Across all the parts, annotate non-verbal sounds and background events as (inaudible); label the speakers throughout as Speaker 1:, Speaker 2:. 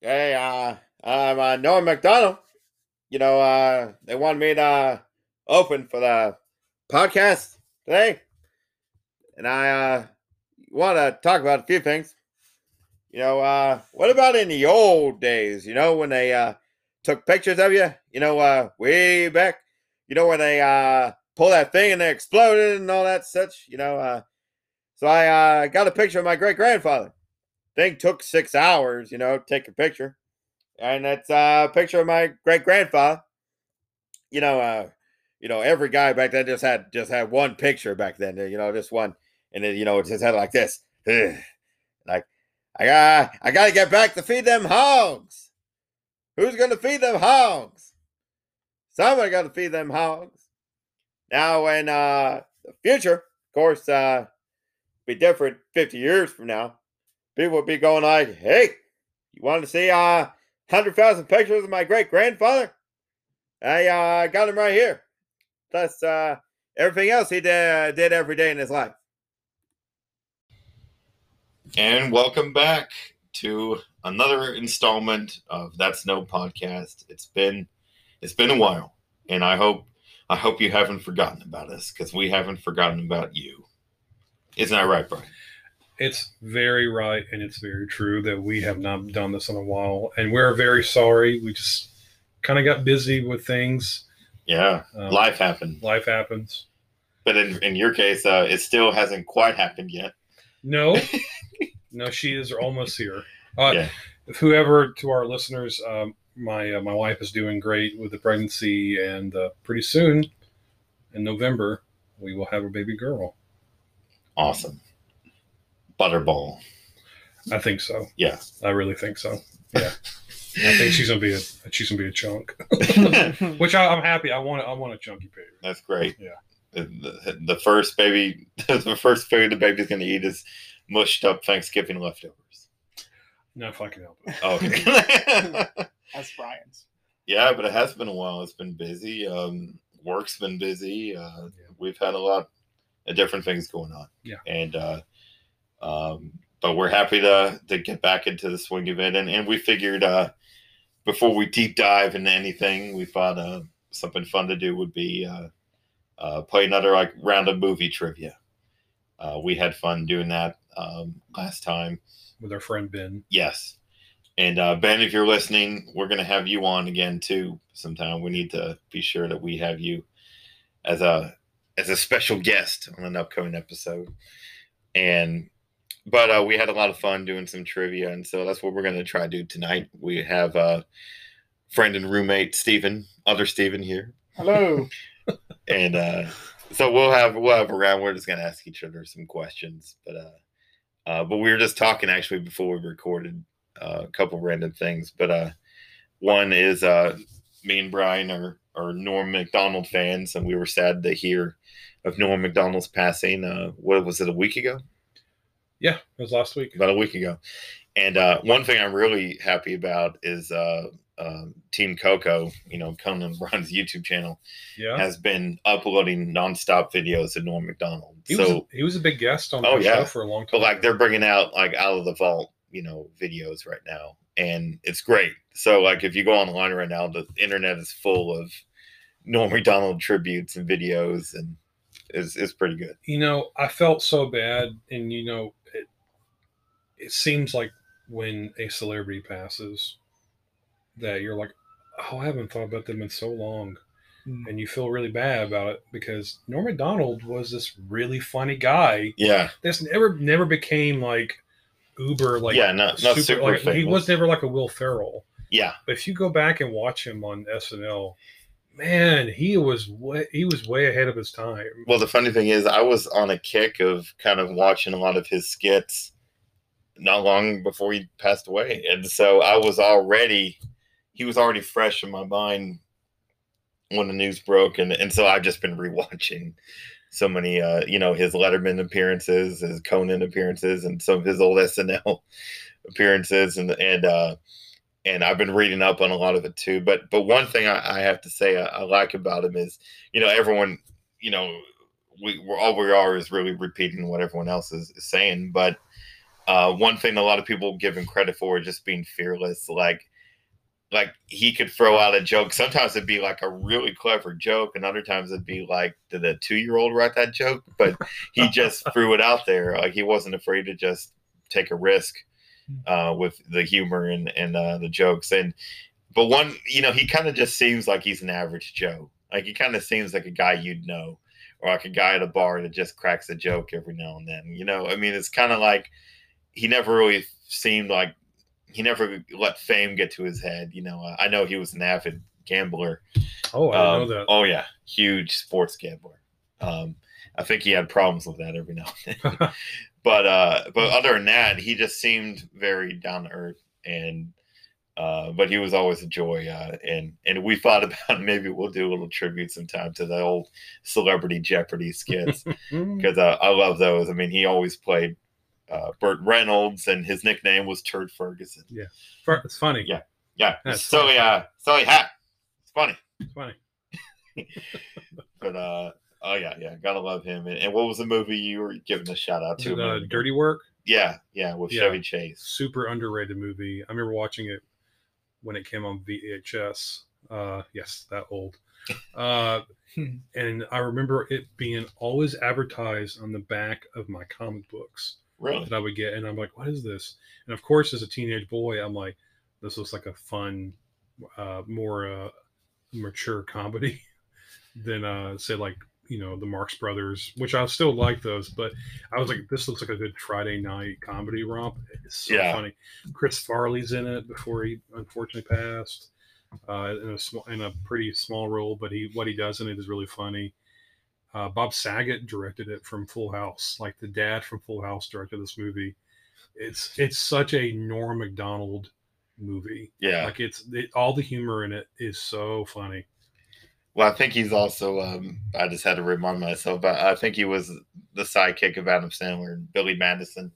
Speaker 1: Hey, uh, I'm uh, Norm McDonald. You know, uh, they wanted me to uh, open for the podcast today, and I uh, want to talk about a few things. You know, uh, what about in the old days? You know, when they uh, took pictures of you. You know, uh, way back. You know, when they uh, pull that thing and they exploded and all that such. You know, uh, so I uh, got a picture of my great grandfather. Thing took six hours. You know, to take a picture, and it's uh, a picture of my great grandfather. You know, uh, you know, every guy back then just had just had one picture back then. You know, just one, and then you know, it just had like this. (sighs) like, I got, I got to get back to feed them hogs. Who's going to feed them hogs? Somebody got to feed them hogs. Now, in uh, the future, of course, uh, be different 50 years from now. People would be going like, hey, you wanted to see uh, 100,000 pictures of my great grandfather? I uh, got him right here. Plus uh, everything else he did, uh, did every day in his life.
Speaker 2: And welcome back to another installment of That's No Podcast. It's been it's been a while, and I hope I hope you haven't forgotten about us because we haven't forgotten about you. Isn't that right, Brian?
Speaker 3: It's very right and it's very true that we have not done this in a while, and we're very sorry. We just kind of got busy with things.
Speaker 2: Yeah,
Speaker 3: Um,
Speaker 2: life happened,
Speaker 3: life happens.
Speaker 2: but in in your case, uh, it still hasn't quite happened yet.
Speaker 3: No,
Speaker 2: (laughs)
Speaker 3: no, she is almost here. Uh,
Speaker 2: Yeah.
Speaker 3: Whoever to our listeners, um, my uh, my wife is doing great with the pregnancy, and uh, pretty soon, in November, we will have a baby girl.
Speaker 2: Awesome, butterball.
Speaker 3: I think so.
Speaker 2: Yeah.
Speaker 3: I really think so. Yeah, I think she's gonna be a she's gonna be a
Speaker 2: (laughs)
Speaker 3: chunk, which I, I'm happy. I want I want a chunky baby.
Speaker 2: That's great.
Speaker 3: Yeah.
Speaker 2: The, the- the first baby, (laughs) the first food the baby's going to eat is mushed up Thanksgiving leftovers.
Speaker 3: Not if I can help it.
Speaker 2: Oh, okay.
Speaker 4: (laughs) That's Brian's.
Speaker 2: yeah, but it has been a while. It's been busy. Um, work's been busy. Uh, We've had a lot of different things going on.
Speaker 3: Yeah.
Speaker 2: And, uh, um, but we're happy to, to get back into the swing of it. And, and we figured uh, before we deep dive into anything, we thought uh, something fun to do would be uh, uh, play another like round of movie trivia. Uh, we had fun doing that um, last time.
Speaker 3: with our friend Ben.
Speaker 2: Yes. And uh, Ben, if you're listening, we're going to have you on again too sometime. We need to be sure that we have you as a as a special guest on an upcoming episode. And but uh, we had a lot of fun doing some trivia, and so that's what we're going to try to do tonight. We have uh, friend and roommate Stephen, other Stephen here,
Speaker 4: Hello.
Speaker 2: and uh, so we'll have we'll have a round. We're just going to ask each other some questions, but uh, uh, but we were just talking actually before we recorded uh, a couple random things. But uh, one is uh, me and Brian are, are Norm McDonald fans, and we were sad to hear of Norm McDonald's passing. Uh, what was it, a week ago?
Speaker 3: Yeah, it was last week.
Speaker 2: About a week ago. And uh, one thing I'm really happy about is uh, um Team Coco, you know, Conan and Brian's YouTube channel,
Speaker 3: Yeah,
Speaker 2: has been uploading nonstop videos of Norm McDonald.
Speaker 3: he was a, he was a big guest on
Speaker 2: Oh,
Speaker 3: our
Speaker 2: yeah.
Speaker 3: show for a long time.
Speaker 2: but like they're bringing out like out of the vault you know videos right now and it's great so like if you go online right now the internet is full of norm mcdonald tributes and videos and it's, it's pretty good
Speaker 3: you know, I felt so bad, and you know, it it seems like when a celebrity passes, that you're like, oh, I haven't thought about them in so long, and you feel really bad about it because Norm Macdonald was this really funny guy
Speaker 2: yeah
Speaker 3: that's never never became like uber like
Speaker 2: yeah not, not super,
Speaker 3: like, he
Speaker 2: famous.
Speaker 3: was never like a Will Ferrell.
Speaker 2: yeah
Speaker 3: But if you go back and watch him on SNL, man, he was way, he was way ahead of his time.
Speaker 2: well the funny thing is i was on a kick of kind of watching a lot of his skits not long before he passed away and so i was already he was already fresh in my mind when the news broke and, and so i've just been rewatching so many uh you know his letterman appearances his conan appearances and some of his old (laughs) snl appearances and and uh and i've been reading up on a lot of it too but but one thing i, I have to say I, I like about him is you know everyone you know we we're, all we are is really repeating what everyone else is, is saying but Uh, one thing a lot of people give him credit for is just being fearless. Like, like he could throw out a joke. Sometimes it'd be like a really clever joke, and other times it'd be like, did a two year old write that joke? But he just threw it out there. Like he wasn't afraid to just take a risk uh, with the humor and and uh, the jokes. And but one, you know, he kind of just seems like he's an average Joe. Like he kind of seems like a guy you'd know, or like a guy at a bar that just cracks a joke every now and then. You know, I mean, it's kind of like he never really seemed like he never let fame get to his head. You know, I know he was an avid gambler.
Speaker 3: Oh, I
Speaker 2: Um,
Speaker 3: know that.
Speaker 2: Oh yeah, huge sports gambler. Um, I think he had problems with that every now and then. but uh, but other than that, he just seemed very down to earth and. Uh, but he was always a joy, uh, and and we thought about (laughs) maybe we'll do a little tribute sometime to the old celebrity Jeopardy skits
Speaker 3: Mm.
Speaker 2: because uh, I love those. I mean, he always played uh, Burt Reynolds, and his nickname was Turd Ferguson.
Speaker 3: Fir- It's funny.
Speaker 2: Yeah. Yeah,
Speaker 3: That's
Speaker 2: so
Speaker 3: funny.
Speaker 2: yeah, so yeah, it's funny.
Speaker 3: It's funny.
Speaker 2: But uh, oh yeah, yeah, gotta love him. And, and what was the movie you were giving a shout out
Speaker 3: Is
Speaker 2: to?
Speaker 3: it,
Speaker 2: a
Speaker 3: uh,
Speaker 2: minute ago?
Speaker 3: Dirty Work,
Speaker 2: Yeah, yeah, with
Speaker 3: Yeah.
Speaker 2: Chevy Chase.
Speaker 3: super underrated movie. I remember watching it when it came on VHS. Uh, yes, that old. Uh, and I remember it being always advertised on the back of my comic books.
Speaker 2: Really?
Speaker 3: that I would get, and I'm like, "What is this?" And of course, as a teenage boy, I'm like, "This looks like a fun, uh, more uh, mature comedy than uh, say like you know the Marx Brothers, which I still like those, but I was like, this looks like a good Friday night comedy romp. It's so
Speaker 2: Yeah.
Speaker 3: funny. Chris Farley's in it before he unfortunately passed. Uh, in a small, in a pretty small role, but he what he does in it is really funny. Uh, Bob Saget directed it from Full House. Like the dad from Full House directed this movie. It's it's such a Norm Macdonald movie.
Speaker 2: Yeah.
Speaker 3: Like it's it, all the humor in it is so funny.
Speaker 2: Well, I think he's also. Um, I just had to remind myself. I, I think he was the sidekick of Adam Sandler and Billy Madison.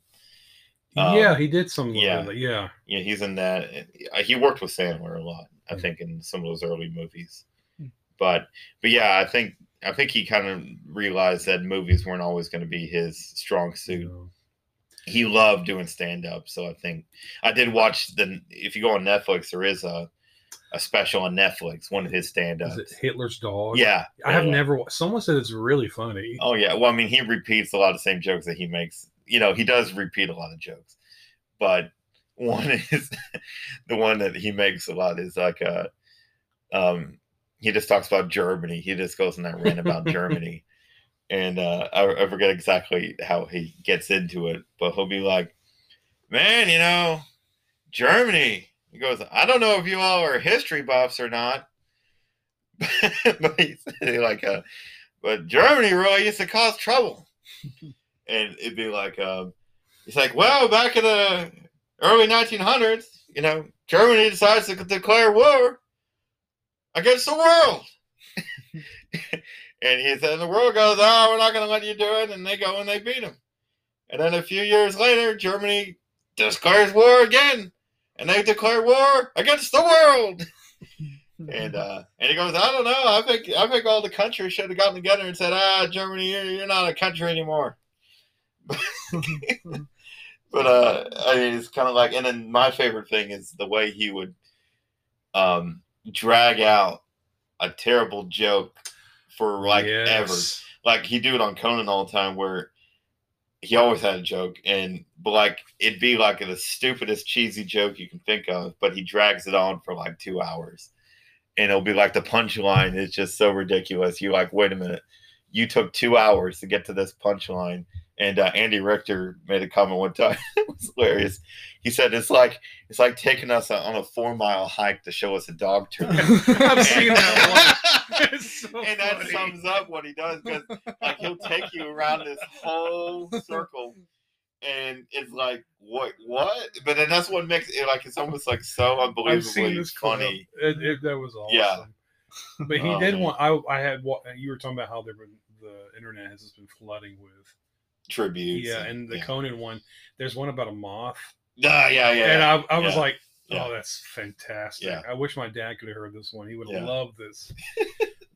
Speaker 2: Um,
Speaker 3: yeah, he did some.
Speaker 2: yeah.
Speaker 3: Yeah, yeah.
Speaker 2: Yeah, he's in that. uh, He worked with Sandler a lot, I
Speaker 3: Mm.
Speaker 2: think, in some of those early movies.
Speaker 3: Hmm.
Speaker 4: Mm.
Speaker 2: But but yeah, I think I think he kind of realized that movies weren't always going to be his strong suit.
Speaker 3: So,
Speaker 2: He loved doing stand up, so I think I did watch the. If you go on Netflix, there is a a special on Netflix, one of his stand
Speaker 3: is it
Speaker 2: ups.
Speaker 3: Hitler's dog?
Speaker 2: Yeah,
Speaker 3: I have
Speaker 2: yeah.
Speaker 3: never. wa- Someone said it's really funny.
Speaker 2: Oh yeah. Well, I mean, he repeats a lot of the same jokes that he makes. You know, he does repeat a lot of jokes, but (laughs) one is the one that he makes a lot is like uh um, he just talks about Germany. He just goes on that rant about Germany, and uh, I, I forget exactly how he gets into it, but he'll be like, "Man, you know, Germany." He goes, "I don't know if you all are history buffs or not." (laughs) but he's like a but Germany really used to cause trouble. and it'd be like, um, it's like, well, back in the early 1900s, you know, Germany decides to declare war against the world. (laughs) and he said, the world goes, oh, we're not going to let you do it. And they go and they beat him. And then a few years later, Germany declares war again. And they declare war against the world and uh, and he goes, I don't know. I think I think all the countries should have gotten together and said, Ah, Germany, you're, you're not a country anymore. but uh, I mean, it's kind of like, and then my favorite thing is the way he would um, drag out a terrible joke for Oh, like ever (laughs)
Speaker 3: Yes. (laughs)
Speaker 2: like he do it on Conan all the time where he always had a joke and but like it'd be like the stupidest cheesy joke you can think of, but he drags it on for like two hours. And it'll be like the punchline is just so ridiculous. You like, wait a minute, you took two hours to get to this punchline. And uh, Andy Richter made a comment one time. (laughs) it was hilarious. He said it's like it's like taking us on a four mile hike to show us a dog
Speaker 4: (laughs)
Speaker 2: turn.
Speaker 3: I've seen that
Speaker 2: one (laughs)
Speaker 3: one. It's so
Speaker 2: and that
Speaker 3: funny.
Speaker 2: sums up what he does because like he'll take you around this
Speaker 4: (laughs)
Speaker 2: whole circle and it's like what what but then that's what makes it like it's almost like
Speaker 3: I've
Speaker 2: so
Speaker 3: seen
Speaker 2: unbelievably
Speaker 3: this clip.
Speaker 2: funny
Speaker 3: It, it, that was awesome.
Speaker 2: Yeah.
Speaker 3: But he
Speaker 2: Oh,
Speaker 3: did
Speaker 2: man.
Speaker 3: want. I, I had. wa- You were talking about how there been, the internet has just been flooding with.
Speaker 2: tributes
Speaker 3: yeah, and the
Speaker 2: yeah.
Speaker 3: Conan one. There's one about a moth,
Speaker 2: Ah, yeah yeah
Speaker 3: and I, I was
Speaker 2: yeah,
Speaker 3: like, "Oh,
Speaker 2: yeah.
Speaker 3: that's fantastic!
Speaker 2: Yeah.
Speaker 3: I wish my dad could have heard this one. He would
Speaker 2: Yeah.
Speaker 3: love
Speaker 2: (laughs)
Speaker 3: this."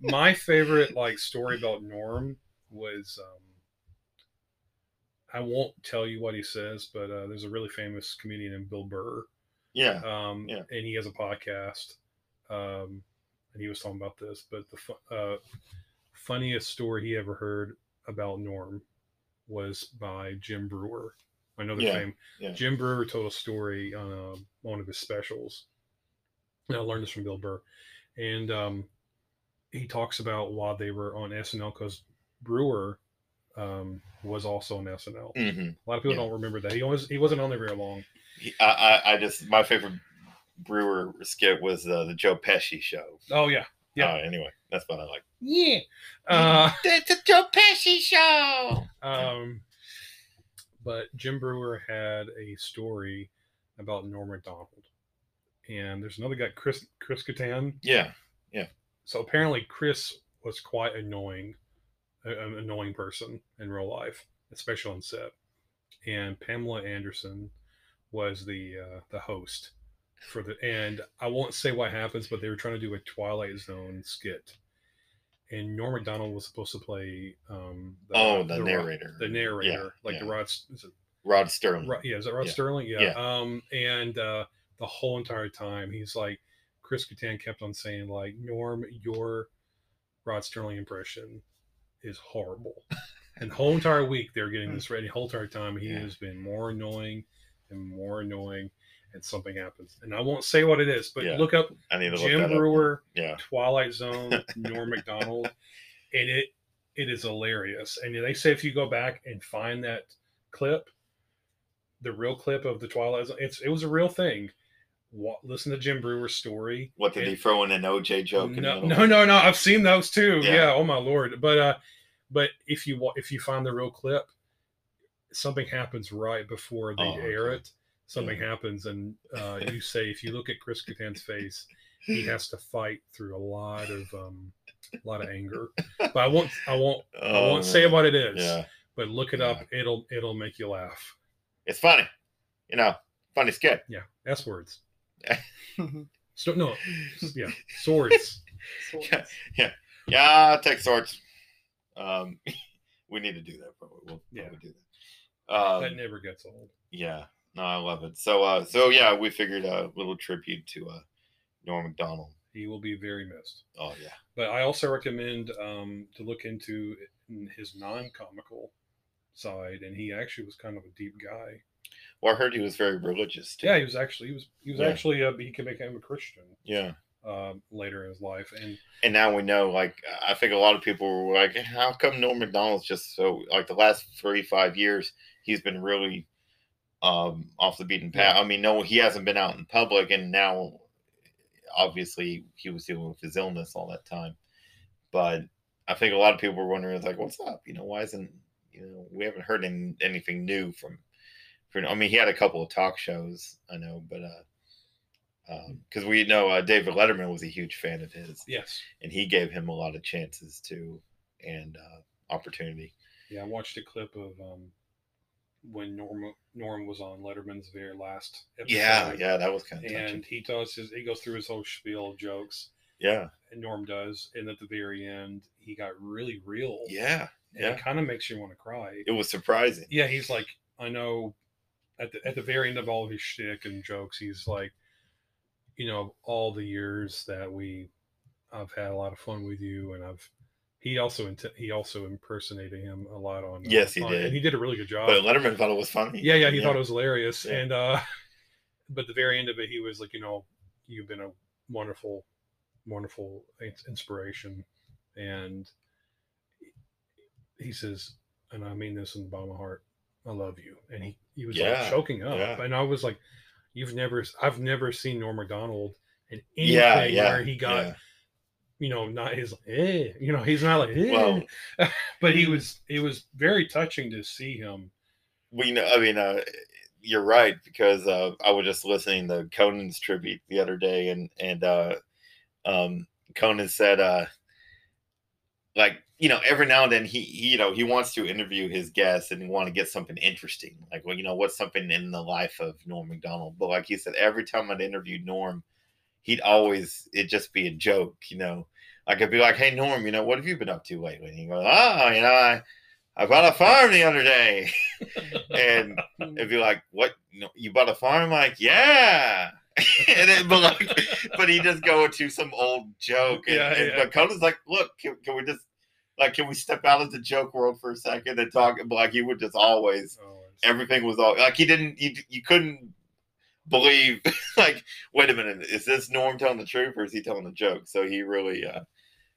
Speaker 3: my favorite like story about Norm was um, I won't tell you what he says, but uh, there's a really famous comedian named Bill Burr,
Speaker 2: Yeah.
Speaker 3: um,
Speaker 2: Yeah.
Speaker 3: and he has a podcast, um, and he was talking about this. But the fu- uh, funniest story he ever heard about Norm was by Jim Brewer. Another
Speaker 2: Yeah,
Speaker 3: fame.
Speaker 2: yeah.
Speaker 3: Jim Brewer told a story on uh, one of his specials. And I learned this from Bill Burr, and um, he talks about why they were on SNL because Brewer um, was also on SNL.
Speaker 2: hmm
Speaker 3: A lot of people
Speaker 2: Yeah.
Speaker 3: don't remember that. He always he wasn't on there very long.
Speaker 2: I, I, I just, my favorite Brewer skit was uh, the Joe Pesci show.
Speaker 3: Oh yeah. Yeah.
Speaker 2: Uh, anyway, that's what I like.
Speaker 3: Yeah. Uh,
Speaker 2: It's the Joe Pesci show.
Speaker 3: um, but Jim Brewer had a story about Norm MacDonald, and there's another guy, Chris Chris Kattan.
Speaker 2: Yeah.
Speaker 3: So apparently, Chris was quite annoying, a- an annoying person in real life, especially on set. And Pamela Anderson was the uh, the host for the. And I won't say what happens, but they were trying to do a Twilight Zone skit, and Norm Macdonald was supposed to play um, the,
Speaker 2: Oh, the,
Speaker 3: Ro-
Speaker 2: narrator.
Speaker 3: the narrator, like the
Speaker 2: yeah.
Speaker 3: Rod, S- is it
Speaker 2: Rod Sterling.
Speaker 3: Ro- yeah, is it Rod
Speaker 2: Yeah.
Speaker 3: Sterling? Yeah. Um, and uh, the whole entire time, he's like, Chris Kattan kept on saying like, Norm, your Rod Sterling impression is
Speaker 2: (laughs)
Speaker 3: horrible. and the whole entire week they're getting this ready. The whole entire time he
Speaker 2: Hmm. Yeah.
Speaker 3: has been more annoying and more annoying, and something happens. And I won't say what it is, but
Speaker 2: Yeah.
Speaker 3: look up
Speaker 2: I need to look
Speaker 3: Jim
Speaker 2: that up.
Speaker 3: Brewer,
Speaker 2: Yeah.
Speaker 3: Twilight
Speaker 2: (laughs)
Speaker 3: Zone, Norm Macdonald, and it it is hilarious. And they say if you go back and find that clip, the real clip of the Twilight Zone, it's it was a real thing. Wa listen to Jim Brewer's story.
Speaker 2: What did
Speaker 3: and-
Speaker 2: he throw in an OJ joke? in the
Speaker 3: No,
Speaker 2: middle?
Speaker 3: no, no, no. I've seen those too.
Speaker 2: Yeah.
Speaker 3: Yeah. Oh my lord. But uh, but if you wa- if you find the real clip, something happens right before they
Speaker 2: Oh, okay. Hmm.
Speaker 3: air it. Something happens, and uh, you say if you look at Chris Kattan's face,
Speaker 2: (laughs)
Speaker 3: he has to fight through a lot of um a lot of anger but i won't i won't i
Speaker 2: Oh,
Speaker 3: won't say
Speaker 2: man.
Speaker 3: what it is
Speaker 2: Yeah.
Speaker 3: but look it
Speaker 2: Yeah.
Speaker 3: up it'll it'll make you laugh
Speaker 2: It's funny. You know, funny skit.
Speaker 3: yeah s words
Speaker 2: yeah,
Speaker 3: so, no yeah swords
Speaker 2: Yeah. I'll take swords. Um, (laughs) we need to do that probably. We'll
Speaker 3: Yeah.
Speaker 2: probably do that. (laughs) Um,
Speaker 3: that never gets old
Speaker 2: yeah. No, I love it. So, uh, so yeah, we figured a little tribute to uh, Norm Macdonald.
Speaker 3: he will be very missed
Speaker 2: Oh yeah.
Speaker 3: but i also recommend um to look into his non-comical side and he actually was kind of a deep guy
Speaker 2: Well, I heard he was very religious too.
Speaker 3: yeah he was actually he was he was
Speaker 2: Yeah.
Speaker 3: actually a, he became a christian
Speaker 2: Yeah.
Speaker 3: um later in his life and
Speaker 2: and now we know like i think a lot of people were like how come norm mcdonald's just so like the last three five years he's been really um off the beaten path i mean no he hasn't been out in public and now obviously he was dealing with his illness all that time but i think a lot of people were wondering it's like what's up you know why isn't you know we haven't heard any, anything new from from i mean he had a couple of talk shows i know but uh because we know uh, David Letterman was a huge fan of his,
Speaker 3: yes
Speaker 2: and he gave him a lot of chances too and uh, opportunity.
Speaker 3: Yeah, I watched a clip of um, when Norm Norm was on Letterman's very last episode.
Speaker 2: Yeah, yeah, that was kind of touching.
Speaker 3: And he does his he goes through his whole spiel of jokes,
Speaker 2: Yeah,
Speaker 3: and Norm does, and at the very end he got really real.
Speaker 2: yeah,
Speaker 3: and
Speaker 2: yeah.
Speaker 3: it kind of makes you want to cry.
Speaker 2: It was surprising.
Speaker 3: Yeah, he's like, I know, at the at the very end of all of his shtick and jokes, he's like, you know, all the years that we, I've had a lot of fun with you, and I've. He also int- he also impersonated him a lot on uh,
Speaker 2: Yes, he
Speaker 3: on-
Speaker 2: did.
Speaker 3: and he did a really good job.
Speaker 2: But Letterman thought it was funny.
Speaker 3: Oh. Yeah, yeah, he thought it was hilarious.
Speaker 2: Yeah.
Speaker 3: And uh (laughs) but the very end of it he was like, you know, you've been a wonderful wonderful in- inspiration and he says, and I mean this in the bottom of my heart, I love you. And he he was
Speaker 2: Yeah,
Speaker 3: like choking up.
Speaker 2: yeah.
Speaker 3: And I was like, you've never I've never seen Norm McDonald in anything
Speaker 2: yeah, yeah,
Speaker 3: where he got,
Speaker 2: yeah.
Speaker 3: you know, not his eh, you know, he's not like eh.
Speaker 2: Well-
Speaker 3: but he was it was very touching to see him.
Speaker 2: We know. I mean, uh, you're right because uh, I was just listening to Conan's tribute the other day, and and uh, um, Conan said, uh, like you know, every now and then he, he you know he wants to interview his guests and want to get something interesting, like well you know what's something in the life of Norm Macdonald. But like he said, every time I'd interview Norm, he'd always it would just be a joke, you know. I could be like, hey Norm, you know what have you been up to lately? And he goes, oh, you know I. I bought a farm the other day.
Speaker 3: (laughs)
Speaker 2: and it'd be like, What? No, you bought a farm? I'm like, Yeah. (laughs) and then, but, like, but he just go into some old joke. And,
Speaker 3: Yeah,
Speaker 2: and
Speaker 3: yeah.
Speaker 2: Dakota's like, Look, can, can we just, like, can we step out of the joke world for a second and talk? But, like, he would just always
Speaker 3: Oh, it's-
Speaker 2: everything was all like he didn't you, you couldn't believe (laughs) like wait a minute is this norm telling the truth or is he telling a joke so he really uh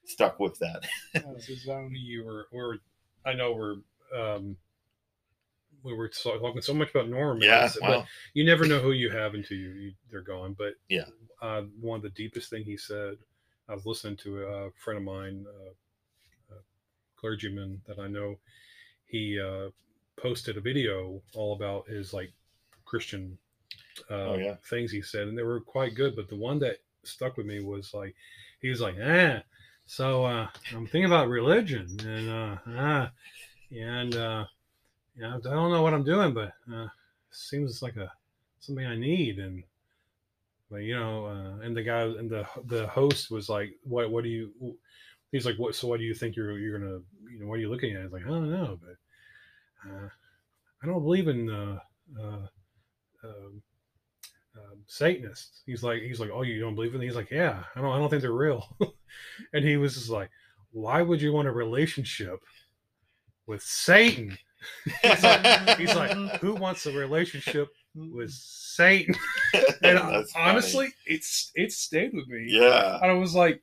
Speaker 2: stuck with that
Speaker 3: That was his own- (laughs) you were, we were, I know we're, um, we were so- talking so much about Norm. and
Speaker 2: yeah
Speaker 3: it's- but
Speaker 2: wow.
Speaker 3: you never know who you have until you, you they're gone. But
Speaker 2: Yeah.
Speaker 3: uh, one of the deepest thing he said, I was listening to a friend of mine, uh, a clergyman that I know. He uh, posted a video all about his like Christian uh,
Speaker 2: Oh, yeah.
Speaker 3: things he said, and they were quite good. But the one that stuck with me was like he was like, ah, so uh, I'm thinking about religion, and uh, ah, and uh, you know, I don't know what I'm doing, but uh, seems like a something I need, and but you know, uh, and the guy and the the host was like, what What do you? He's like, what? So what do you think you're you're gonna? You know, what are you looking at? He's like, I don't know, but uh, I don't believe in uh, uh, um, um, Satanists. He's like, he's like, oh, you don't believe in? them?" He's like, yeah, I don't, I don't think they're real. (laughs) and he was just like, why would you want a relationship with Satan? He's like, he's (laughs)
Speaker 2: (laughs)
Speaker 3: like, who wants a relationship with Satan? And I-
Speaker 2: That's funny.
Speaker 3: honestly, it's it stayed with me.
Speaker 2: yeah
Speaker 3: And I was like,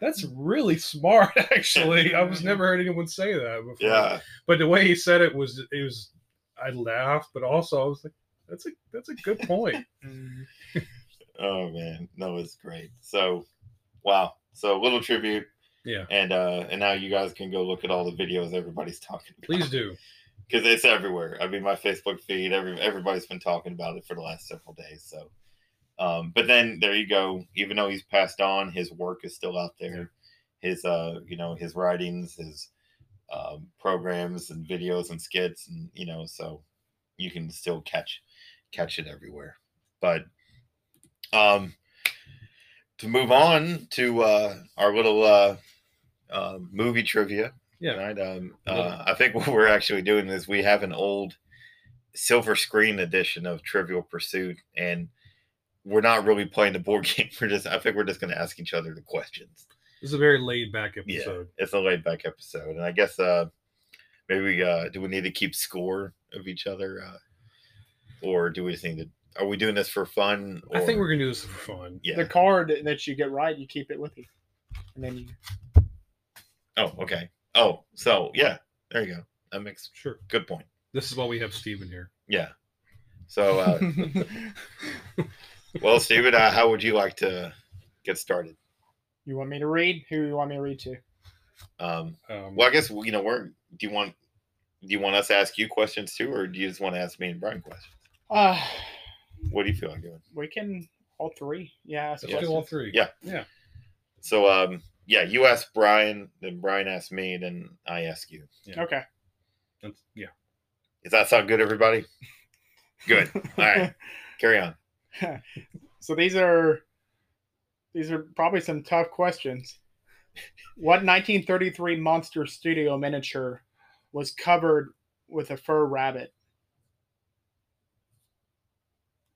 Speaker 3: that's really smart, (laughs) actually. I (laughs) was never heard anyone say that before.
Speaker 2: yeah
Speaker 3: But the way he said it was, it was, I laughed, but also I was like, that's a that's a good point.
Speaker 2: oh man that was great so wow so a little tribute
Speaker 3: yeah,
Speaker 2: and uh and now you guys can go look at all the videos everybody's talking
Speaker 3: (laughs)
Speaker 2: about
Speaker 3: please do.
Speaker 2: because it's everywhere. I mean, my Facebook feed, every everybody's been talking about it for the last several days. So, um, but then there you go. Even though he's passed on, his work is still out there. His, uh, you know, his writings, his um, programs and videos and skits, and you know, so you can still catch catch it everywhere. But, um, to move on to uh, our little uh, uh, movie trivia
Speaker 3: Yeah.
Speaker 2: tonight. Um,
Speaker 3: Yeah.
Speaker 2: uh, I think (laughs) what we're actually doing is we have an old silver screen edition of Trivial Pursuit, and we're not really playing the board (laughs) game. We're just, I think we're just going to ask each other the questions.
Speaker 3: This is a very laid back
Speaker 2: Yeah,
Speaker 3: episode.
Speaker 2: it's a laid back episode, and I guess uh, maybe uh, do we need to keep score of each other, uh, or do we just need to? Are we doing this for fun? Or,
Speaker 3: I think we're gonna do this for fun.
Speaker 2: yeah.
Speaker 4: The card that you get right, you keep it with you, and then you
Speaker 2: Oh, okay. Oh, so yeah, there you go. That makes
Speaker 3: Sure.
Speaker 2: good point.
Speaker 3: This is why we have Steven here.
Speaker 2: Yeah. So, uh,
Speaker 3: (laughs)
Speaker 2: well, Steven, uh, how would you like to get started?
Speaker 4: you want me to read. Who you want me to read to?
Speaker 2: Um,
Speaker 3: Um,
Speaker 2: well, I guess you know we're. Do you want? Do you want us to ask you questions too, or do you just want to ask me and Brian questions?
Speaker 4: Uh,
Speaker 2: What do you feel like doing?
Speaker 4: we can all three. Yeah.
Speaker 3: Let's
Speaker 4: So
Speaker 2: Yeah.
Speaker 3: do all three.
Speaker 2: Yeah.
Speaker 3: Yeah.
Speaker 2: So, um, yeah, you ask Brian, then Brian asks me, then I ask you.
Speaker 4: Okay.
Speaker 3: That's, yeah.
Speaker 2: Does that sound good, everybody? Good. All right, carry on.
Speaker 4: (laughs) So these are these are probably some tough questions. What 1933 monster studio miniature was covered with a fur rabbit?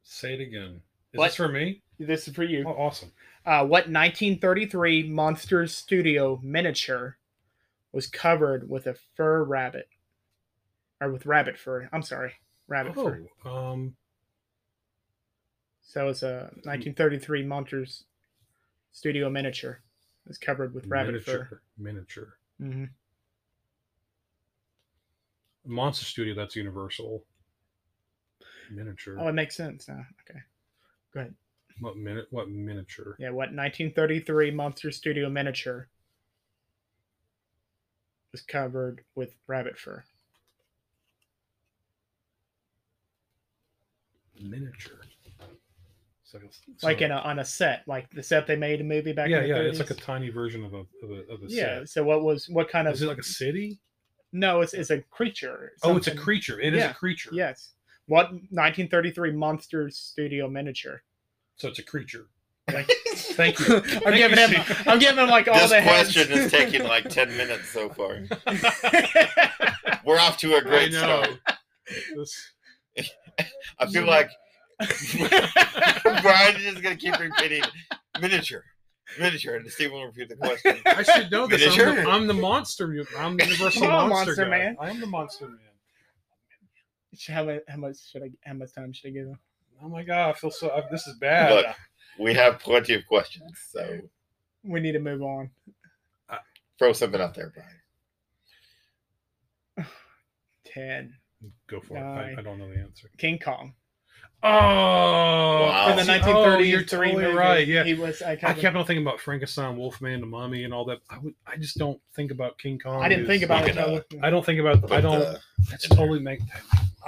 Speaker 3: Say it again. Is
Speaker 4: What?
Speaker 3: this for me?
Speaker 4: This is for you.
Speaker 3: Oh, awesome.
Speaker 4: Uh, what 1933 monster studio miniature was covered with a fur rabbit, or with rabbit fur? I'm sorry, rabbit
Speaker 3: Oh,
Speaker 4: fur.
Speaker 3: um,
Speaker 4: So it's a
Speaker 3: Hmm.
Speaker 4: 1933 monsters studio miniature. It's covered with rabbit
Speaker 3: miniature.
Speaker 4: fur.
Speaker 3: Miniature.
Speaker 4: hmm
Speaker 3: Monster Studio. That's Universal. Miniature.
Speaker 4: Oh, it makes sense now. Okay.
Speaker 3: What minute? What miniature?
Speaker 4: Yeah, what 1933 Monster Studio miniature was covered with rabbit fur?
Speaker 3: Miniature. So, it's-
Speaker 4: Like
Speaker 3: so-
Speaker 4: in a, on a set, like the set they made a movie back
Speaker 3: yeah,
Speaker 4: in the
Speaker 3: yeah.
Speaker 4: 30s.
Speaker 3: It's like a tiny version of a of a, of a
Speaker 4: yeah.
Speaker 3: set.
Speaker 4: So what was what kind of
Speaker 3: Is it like a city?
Speaker 4: no? It's it's a creature.
Speaker 3: Oh, it's a
Speaker 4: something.
Speaker 3: creature. It is
Speaker 4: Yeah.
Speaker 3: a creature.
Speaker 4: Yes. What 1933 Monster Studio miniature?
Speaker 3: So it's a creature. Thank you.
Speaker 4: (laughs) I'm
Speaker 3: you,
Speaker 4: giving him.
Speaker 3: Steve.
Speaker 4: I'm giving him like all
Speaker 2: this
Speaker 4: the
Speaker 2: question
Speaker 4: heads.
Speaker 2: is
Speaker 4: (laughs)
Speaker 2: taking like 10 minutes so far. We're off to a
Speaker 4: (laughs)
Speaker 2: great start.
Speaker 3: This-
Speaker 2: I feel like Brian is just going to keep repeating miniature, miniature, and Steve will repeat the question.
Speaker 3: I should know this. I'm
Speaker 2: Miniature.
Speaker 3: the, I'm the monster. mu- I'm
Speaker 4: (laughs)
Speaker 3: the universal
Speaker 4: Come on,
Speaker 3: monster,
Speaker 4: monster
Speaker 3: guy.
Speaker 4: man.
Speaker 3: I'm the monster man.
Speaker 4: how, mu- how much should I? How much time should I give him?
Speaker 3: Oh my god, I feel so. I, this is bad.
Speaker 2: Look. We have plenty of questions, so
Speaker 4: We need to move on.
Speaker 2: throw something out there, Brian.
Speaker 4: Ten.
Speaker 3: Go for it. I,
Speaker 4: Nine.
Speaker 3: I don't know the answer.
Speaker 4: King Kong.
Speaker 3: Oh,
Speaker 2: Wow.
Speaker 4: For the
Speaker 2: Oh,
Speaker 4: 1933
Speaker 3: you're totally
Speaker 4: movie,
Speaker 3: right. Yeah,
Speaker 4: He was. I,
Speaker 3: I
Speaker 4: kind of-
Speaker 3: kept on thinking about Frankenstein, Wolfman, the Mummy, and all that. I would, I just don't think about King Kong.
Speaker 4: I didn't
Speaker 3: as-
Speaker 4: think about it.
Speaker 2: Look at
Speaker 4: though.
Speaker 3: I don't think about. I
Speaker 2: But,
Speaker 3: don't.
Speaker 2: uh,
Speaker 3: That's totally make.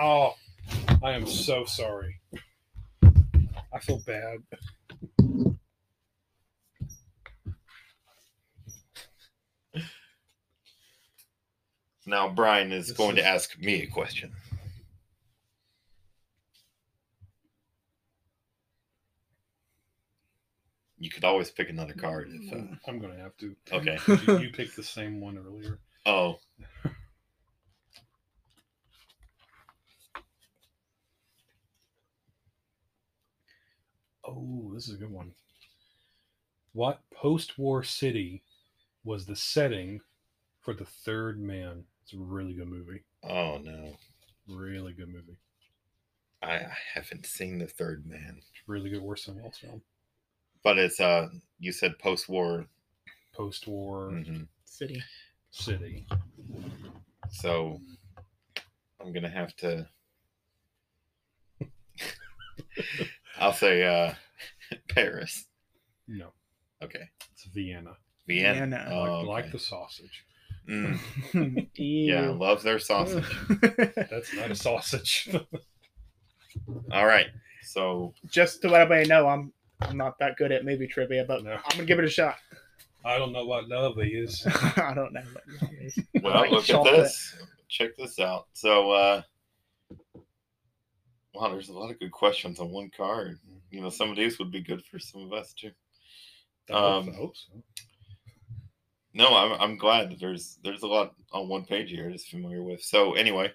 Speaker 3: Oh, I am so sorry. I feel bad.
Speaker 2: now Brian is
Speaker 3: This
Speaker 2: going
Speaker 3: is-
Speaker 2: to ask me a question. You could always pick another card if. Uh,
Speaker 3: I'm gonna have to.
Speaker 2: Okay.
Speaker 3: You, you picked the same one earlier.
Speaker 2: Oh.
Speaker 3: Oh, this is a good one. What post-war city was the setting for the Third Man? It's a really good movie.
Speaker 2: Oh no.
Speaker 3: Really good movie.
Speaker 2: I, I haven't seen the third man.
Speaker 3: It's really good. Worse than Wells film.
Speaker 2: But it's uh you said Mm-hmm. post war.
Speaker 3: Post-war
Speaker 4: City.
Speaker 3: city.
Speaker 2: So I'm gonna have to (laughs) I'll say uh (laughs) Paris.
Speaker 3: No,
Speaker 2: Okay.
Speaker 3: it's Vienna.
Speaker 2: Vienna.
Speaker 4: Vienna.
Speaker 2: Oh,
Speaker 3: like,
Speaker 2: okay.
Speaker 3: like the sausage.
Speaker 2: Mm,
Speaker 4: (laughs)
Speaker 2: yeah,
Speaker 4: Ew.
Speaker 2: love their sausage.
Speaker 3: That's not a sausage. (laughs)
Speaker 2: All right. So
Speaker 4: (laughs) Just to let everybody know, I'm I'm not that good at movie trivia, but
Speaker 3: No.
Speaker 4: I'm gonna give it a shot.
Speaker 3: I don't know what love is.
Speaker 4: (laughs) I don't know. What that is.
Speaker 2: well
Speaker 4: Like
Speaker 2: look
Speaker 4: chocolate.
Speaker 2: at this. Check this out. So uh Wow, there's a lot of good questions on one card. You know, some of these would be good for some of us too.
Speaker 3: I hope-
Speaker 2: Um,
Speaker 3: I hope so.
Speaker 2: No, I'm I'm glad that there's there's a lot on one page here that's familiar with. So anyway,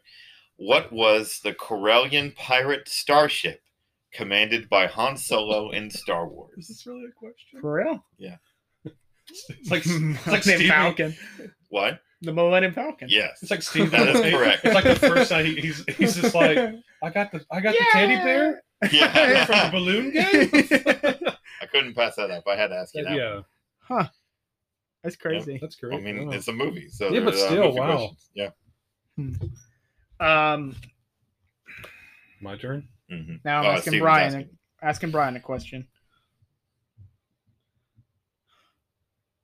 Speaker 2: what was the Corellian pirate starship commanded by Han Solo in Star
Speaker 3: Is
Speaker 2: Wars?
Speaker 3: this really a question?
Speaker 4: For real?
Speaker 3: (laughs) It's
Speaker 4: (laughs)
Speaker 3: like it's like
Speaker 4: Millennium
Speaker 3: Stephen.
Speaker 4: Falcon.
Speaker 2: What?
Speaker 4: The Millennium Falcon.
Speaker 2: Yes.
Speaker 3: It's like Stephen.
Speaker 2: That is correct.
Speaker 3: It's like the first time he- he's he's just (laughs) like I got the I got the teddy bear (laughs) from the
Speaker 2: (laughs) Yeah.
Speaker 3: balloon
Speaker 4: (laughs)
Speaker 3: game.
Speaker 2: I couldn't pass that up. I had to ask you that.
Speaker 3: (laughs) yeah,
Speaker 4: That's crazy.
Speaker 3: that's great.
Speaker 2: I mean,
Speaker 3: Wow.
Speaker 2: it's a movie, so
Speaker 3: Oh. Yeah, but
Speaker 2: there's, uh,
Speaker 3: still,
Speaker 2: movie
Speaker 3: wow.
Speaker 2: questions. Yeah.
Speaker 4: Um,
Speaker 3: my turn.
Speaker 2: Mhm.
Speaker 4: now
Speaker 3: Oh,
Speaker 4: I'm
Speaker 2: Uh,
Speaker 4: asking
Speaker 2: Steven's
Speaker 4: Brian
Speaker 2: asking.
Speaker 4: asking Brian a question.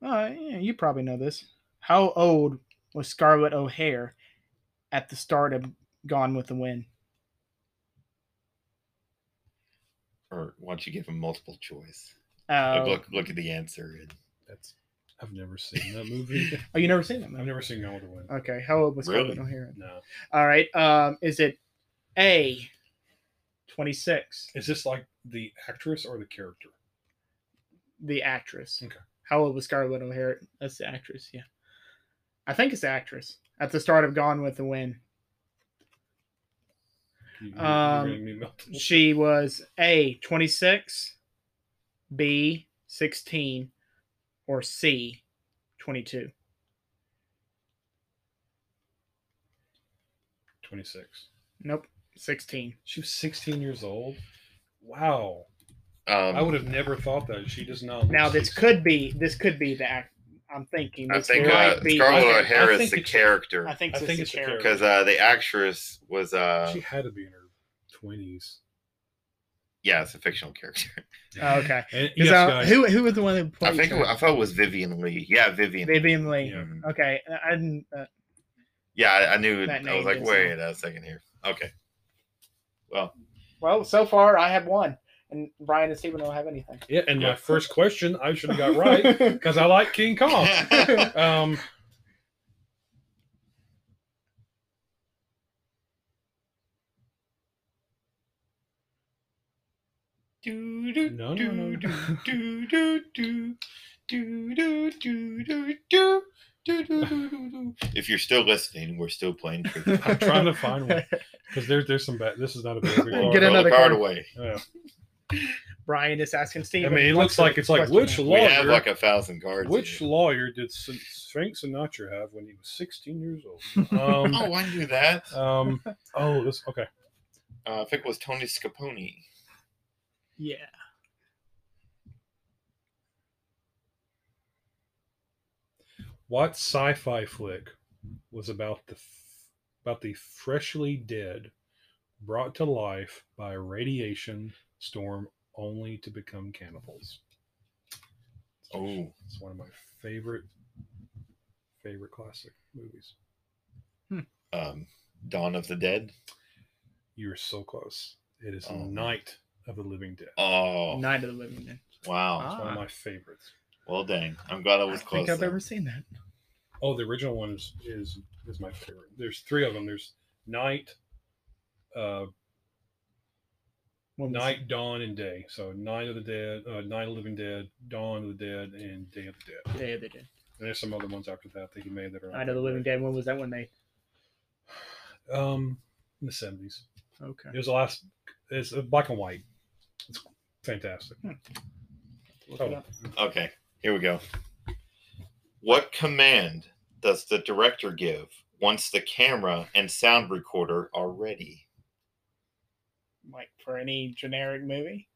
Speaker 4: Uh, yeah, you probably know this. How old was Scarlett O'Hare at the start of Gone with the Wind?
Speaker 2: Or why don't you give him multiple choice?
Speaker 4: Uh,
Speaker 2: Like, look, look at the answer. and-
Speaker 3: That's I've never seen that
Speaker 4: (laughs)
Speaker 3: movie.
Speaker 4: oh, you never seen that
Speaker 3: I've
Speaker 4: movie?
Speaker 3: never seen Gone with the Wind.
Speaker 4: Okay, how old was
Speaker 2: Really?
Speaker 4: Scarlett O'Hare?
Speaker 3: No,
Speaker 4: All right, um, is it A, 26,
Speaker 3: is this like the actress or the character?
Speaker 4: the actress?
Speaker 3: Okay.
Speaker 4: How old was Scarlett O'Hare? That's the actress, yeah. I think it's the actress at the start of Gone with the Wind.
Speaker 3: You- you're
Speaker 4: Um,
Speaker 3: giving me multiple-
Speaker 4: She was A, 26, B, 16, or C, 22.
Speaker 3: 26.
Speaker 4: Nope, 16.
Speaker 3: She was 16 years old. Wow.
Speaker 2: Um,
Speaker 3: I would have never thought that. She does not. look
Speaker 4: Now this
Speaker 3: 16.
Speaker 4: could be this could be the act I'm thinking.
Speaker 2: I
Speaker 4: this
Speaker 2: think
Speaker 4: might
Speaker 2: uh,
Speaker 4: be-
Speaker 3: I
Speaker 2: Scarlett
Speaker 3: think- I
Speaker 2: O'Hara is
Speaker 3: think
Speaker 2: the
Speaker 3: it's-
Speaker 2: character
Speaker 4: I think,
Speaker 3: I
Speaker 4: this
Speaker 3: think
Speaker 4: is
Speaker 3: it's
Speaker 4: the
Speaker 3: a
Speaker 4: character.
Speaker 2: because uh, the actress was uh,
Speaker 3: She had to be in her 20s.
Speaker 2: yeah, it's a fictional character.
Speaker 4: Oh, okay.
Speaker 3: And,
Speaker 4: Is
Speaker 3: yes,
Speaker 4: that-
Speaker 3: guys.
Speaker 4: who who was the one that
Speaker 2: I
Speaker 4: played?
Speaker 2: think it
Speaker 4: her?
Speaker 2: was, I thought it was Vivian Lee. Yeah, Vivian.
Speaker 4: Vivian Lee.
Speaker 3: Yeah.
Speaker 2: Mhm.
Speaker 4: Okay, I didn't. Uh,
Speaker 2: Yeah, I, I knew. it.
Speaker 4: That
Speaker 2: I was
Speaker 4: name
Speaker 2: like,
Speaker 4: is- uh,
Speaker 2: wait a second here.
Speaker 4: (laughs)
Speaker 2: Okay. Well,
Speaker 4: well, so far I have one, and Brian and Steven don't have anything.
Speaker 3: Yeah, and
Speaker 4: (laughs)
Speaker 2: Yeah.
Speaker 3: my first question I should have got right (laughs) because I like King
Speaker 4: (laughs)
Speaker 3: Kong.
Speaker 4: Oh.
Speaker 3: Um,
Speaker 4: do do
Speaker 2: do
Speaker 3: No, no, no,
Speaker 2: do
Speaker 3: no.
Speaker 2: do do do do do do do do do. do, do, do, do, do. (laughs) If you're still listening, we're still playing.
Speaker 4: (laughs)
Speaker 2: trivia.
Speaker 3: I'm trying to find one because there's there's some bad. This is not a bad
Speaker 2: Throw
Speaker 3: card.
Speaker 4: Get
Speaker 2: the
Speaker 4: another
Speaker 2: card
Speaker 4: card.
Speaker 2: away.
Speaker 3: Yeah.
Speaker 4: Brian is asking Steve.
Speaker 3: I mean, it looks like it's like which
Speaker 2: We
Speaker 3: lawyer,
Speaker 2: have like a thousand cards. in
Speaker 3: which
Speaker 2: here.
Speaker 3: lawyer did Sin- Frank Sinatra have when he was 16 years
Speaker 4: (laughs)
Speaker 3: old? Um,
Speaker 2: Oh, I knew that. (laughs)
Speaker 4: Uh,
Speaker 3: um, oh, this okay.
Speaker 2: Uh, I think it was Tony Scaponi.
Speaker 4: Yeah.
Speaker 3: What sci-fi flick was about the f- about the freshly dead brought to life by a radiation storm only to become cannibals?
Speaker 4: uh,
Speaker 2: Oh,
Speaker 3: It's one of my favorite favorite classic movies.
Speaker 2: um, Dawn of the Dead.
Speaker 3: You're so close. It is
Speaker 2: Oh.
Speaker 3: Night of the Living Dead.
Speaker 2: Oh,
Speaker 4: Night of the Living Dead.
Speaker 2: wow.
Speaker 3: It's one
Speaker 4: Ah.
Speaker 3: of my favorites.
Speaker 2: Well, dang. I'm glad I
Speaker 4: I
Speaker 2: was
Speaker 4: don't
Speaker 2: close.
Speaker 4: think I've
Speaker 2: then.
Speaker 4: ever seen that.
Speaker 3: Oh, the original one is is, is my favorite. There's three of them. There's Night, uh,
Speaker 4: When was-
Speaker 3: Night, Dawn, and Day. So Night of the Dead, uh, Night of the Living Dead, Dawn of the Dead, and Day of the Dead.
Speaker 4: Day of the Dead.
Speaker 3: And there's some other ones after that that he made that are.
Speaker 4: Night of the Living Dead. When was that one made?
Speaker 3: Dead. Um, in the seventies.
Speaker 4: Okay.
Speaker 3: It was the last. It's uh, black and white. It's fantastic.
Speaker 4: Look it
Speaker 3: Oh,
Speaker 4: up.
Speaker 2: Okay, here we go. What command does the director give once the camera and sound recorder are ready?
Speaker 4: Like for any generic movie,